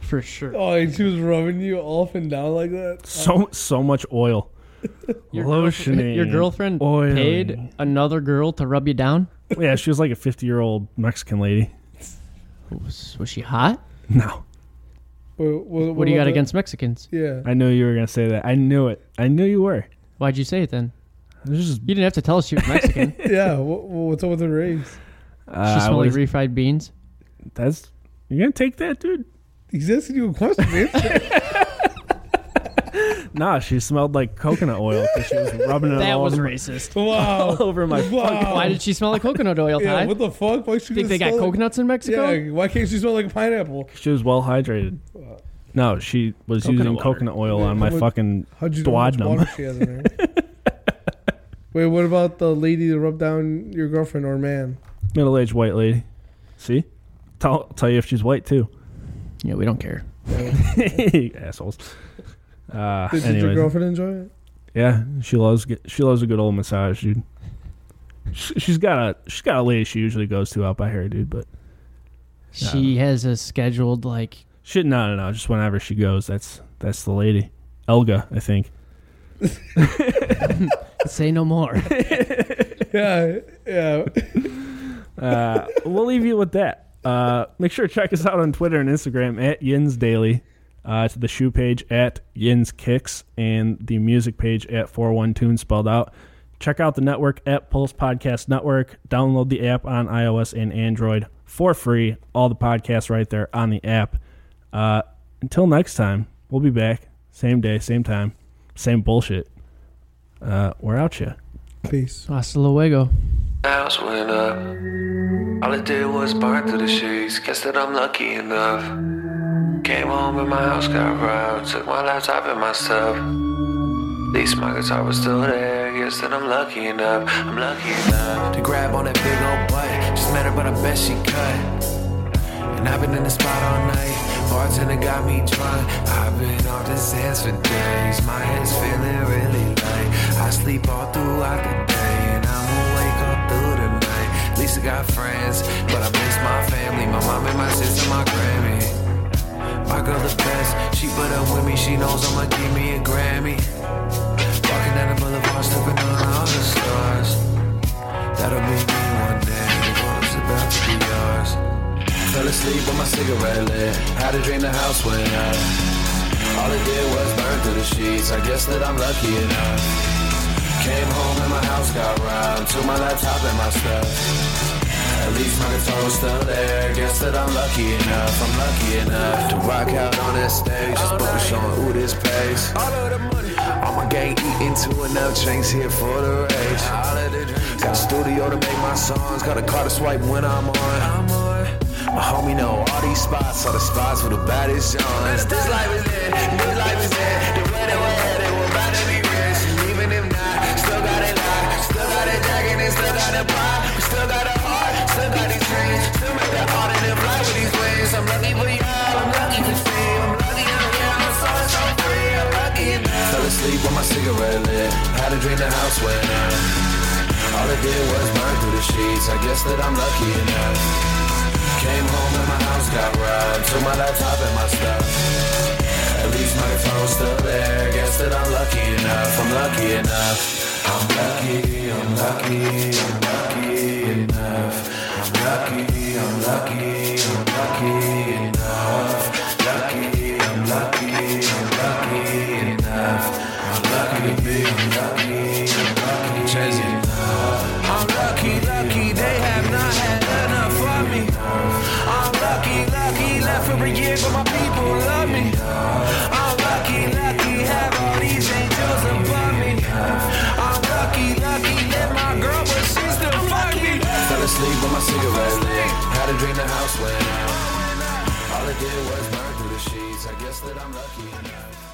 S3: for sure.
S1: Oh, and she was rubbing you off and down like that.
S2: So so much oil. Lotioning.
S3: Girlfriend, your girlfriend
S2: oiling.
S3: paid another girl to rub you down.
S2: Yeah, she was like a 50 year old Mexican lady.
S3: Was, was she hot?
S2: No,
S1: Wait, what,
S3: What do you
S1: about
S3: got
S1: that?
S3: against Mexicans?
S1: Yeah.
S2: I knew you were gonna say that. I knew it. I knew you were.
S3: Why'd you say it then?
S2: I was just,
S3: You didn't have to tell us she was Mexican. she
S1: yeah. What, what's up with the race?
S2: uh, I
S3: smelled like
S2: was-
S3: refried beans.
S2: that's you're gonna take that, dude.
S1: He's asking you a question, man.
S2: Nah, she smelled like coconut oil because she was rubbing it
S3: That
S2: all,
S3: was
S2: over,
S3: racist.
S2: all
S1: wow.
S2: over my.
S1: Wow.
S3: Oh Why did she smell like coconut oil,
S1: Yeah,
S3: Ty?
S1: what the fuck? Why she
S3: Think they got coconuts in Mexico?
S1: Yeah, why can't she smell like a pineapple?
S2: She was well hydrated. No, she was
S3: Coconut
S2: using
S3: water.
S2: coconut oil on my
S1: What-
S2: fucking.
S1: How'd you know how much
S2: Duodenum.
S1: water she has in her? Wait, what about the lady that rubbed down your girlfriend or man?
S2: middle aged white lady. See? Tell tell you if she's white too.
S3: Yeah, we don't care.
S2: Assholes. Uh,
S1: Did, did your
S2: anyways.
S1: girlfriend enjoy it?
S2: yeah, she loves get- she loves a good old massage, dude. Sh- She's got a she's got a lady she usually goes to out by here, dude. But
S3: She has a scheduled like
S2: shit, no, no, no. Just whenever she goes, that's that's the lady, Elga, I think.
S3: say no more.
S1: Yeah, yeah.
S2: Uh, we'll leave you with that. Uh, make sure to check us out on Twitter and Instagram at Yins Daily, uh, to the shoe page at Yins Kicks, and the music page at 412 spelled out. Check out the network at Pulse Podcast Network. Download the app on iOS and Android for free. All the podcasts right there on the app. Uh, until next time, we'll be back. Same day, same time, same bullshit. Uh, we're out ya.
S1: Peace.
S3: Hasta luego.
S5: house went up. All it did was burn through the sheets. Guess that I'm lucky enough. Came home and my house got robbed. Took my laptop and my stuff. At least my guitar was still there. Guess that I'm lucky enough. I'm lucky enough to grab on that big old butt. Just met her, but I bet she cut. And I've been in the spot all night. Bartender got me drunk. I've been off the sands for days. My head's feeling really light. I sleep all throughout the day. And I'm awake all through the night. At least I got friends. But I miss my family. My mom and my sister, my Grammy. My girl the best. She put up with me. She knows I'ma give me a Grammy. Walking down the boulevard, stepping on all the stars. That'll be me one day. The world's about to be ours. Fell asleep with my cigarette lit. Had a dream the house went up. All it did was burn through the sheets. I guess that I'm lucky enough. Came home and my house got robbed. Took my laptop and my stuff. At least my guitar was still there. Guess that I'm lucky enough. I'm lucky enough to rock out on that stage. Just focus on who this pays. All my gang eating two enough drinks here for the race. Got a studio to make my songs. Got a car to swipe when I'm on. My homie know all these spots, all the spots with the baddest Johns. This life is it, this life is it. The way that we're headed, we're about to be rich. And even if not, still got it locked. Still got it jacket and still got it pop. Still got a heart, still got these dreams. Still make that heart and then fly with these wings. I'm lucky for y'all, I'm lucky for free. I'm lucky I'm here, I'm so, so free. I'm lucky enough. Fell asleep with my cigarette lit. Had a dream the house went up. All All I did was burn through the sheets. I guess that I'm lucky enough. Came home and my house got robbed. Took my laptop and my stuff. At least my phone's still there. Guess that I'm lucky enough. I'm lucky enough. I'm lucky. I'm lucky. I'm lucky enough. I'm lucky. I'm lucky. I'm lucky enough. Lucky. I'm lucky. I'm lucky enough. I'm lucky to be. I'm lucky. I'm lucky. Chasing. I'm lucky, lucky, they have not had enough of me. I'm lucky, lucky, left for a year, but my people love me. I'm lucky, lucky, have all these angels above me. I'm lucky, lucky, that my girl, but she still fuck me. Fell asleep with my cigarette lit. Had a dream the house went out. All I did was burn through the sheets. I guess that I'm lucky enough.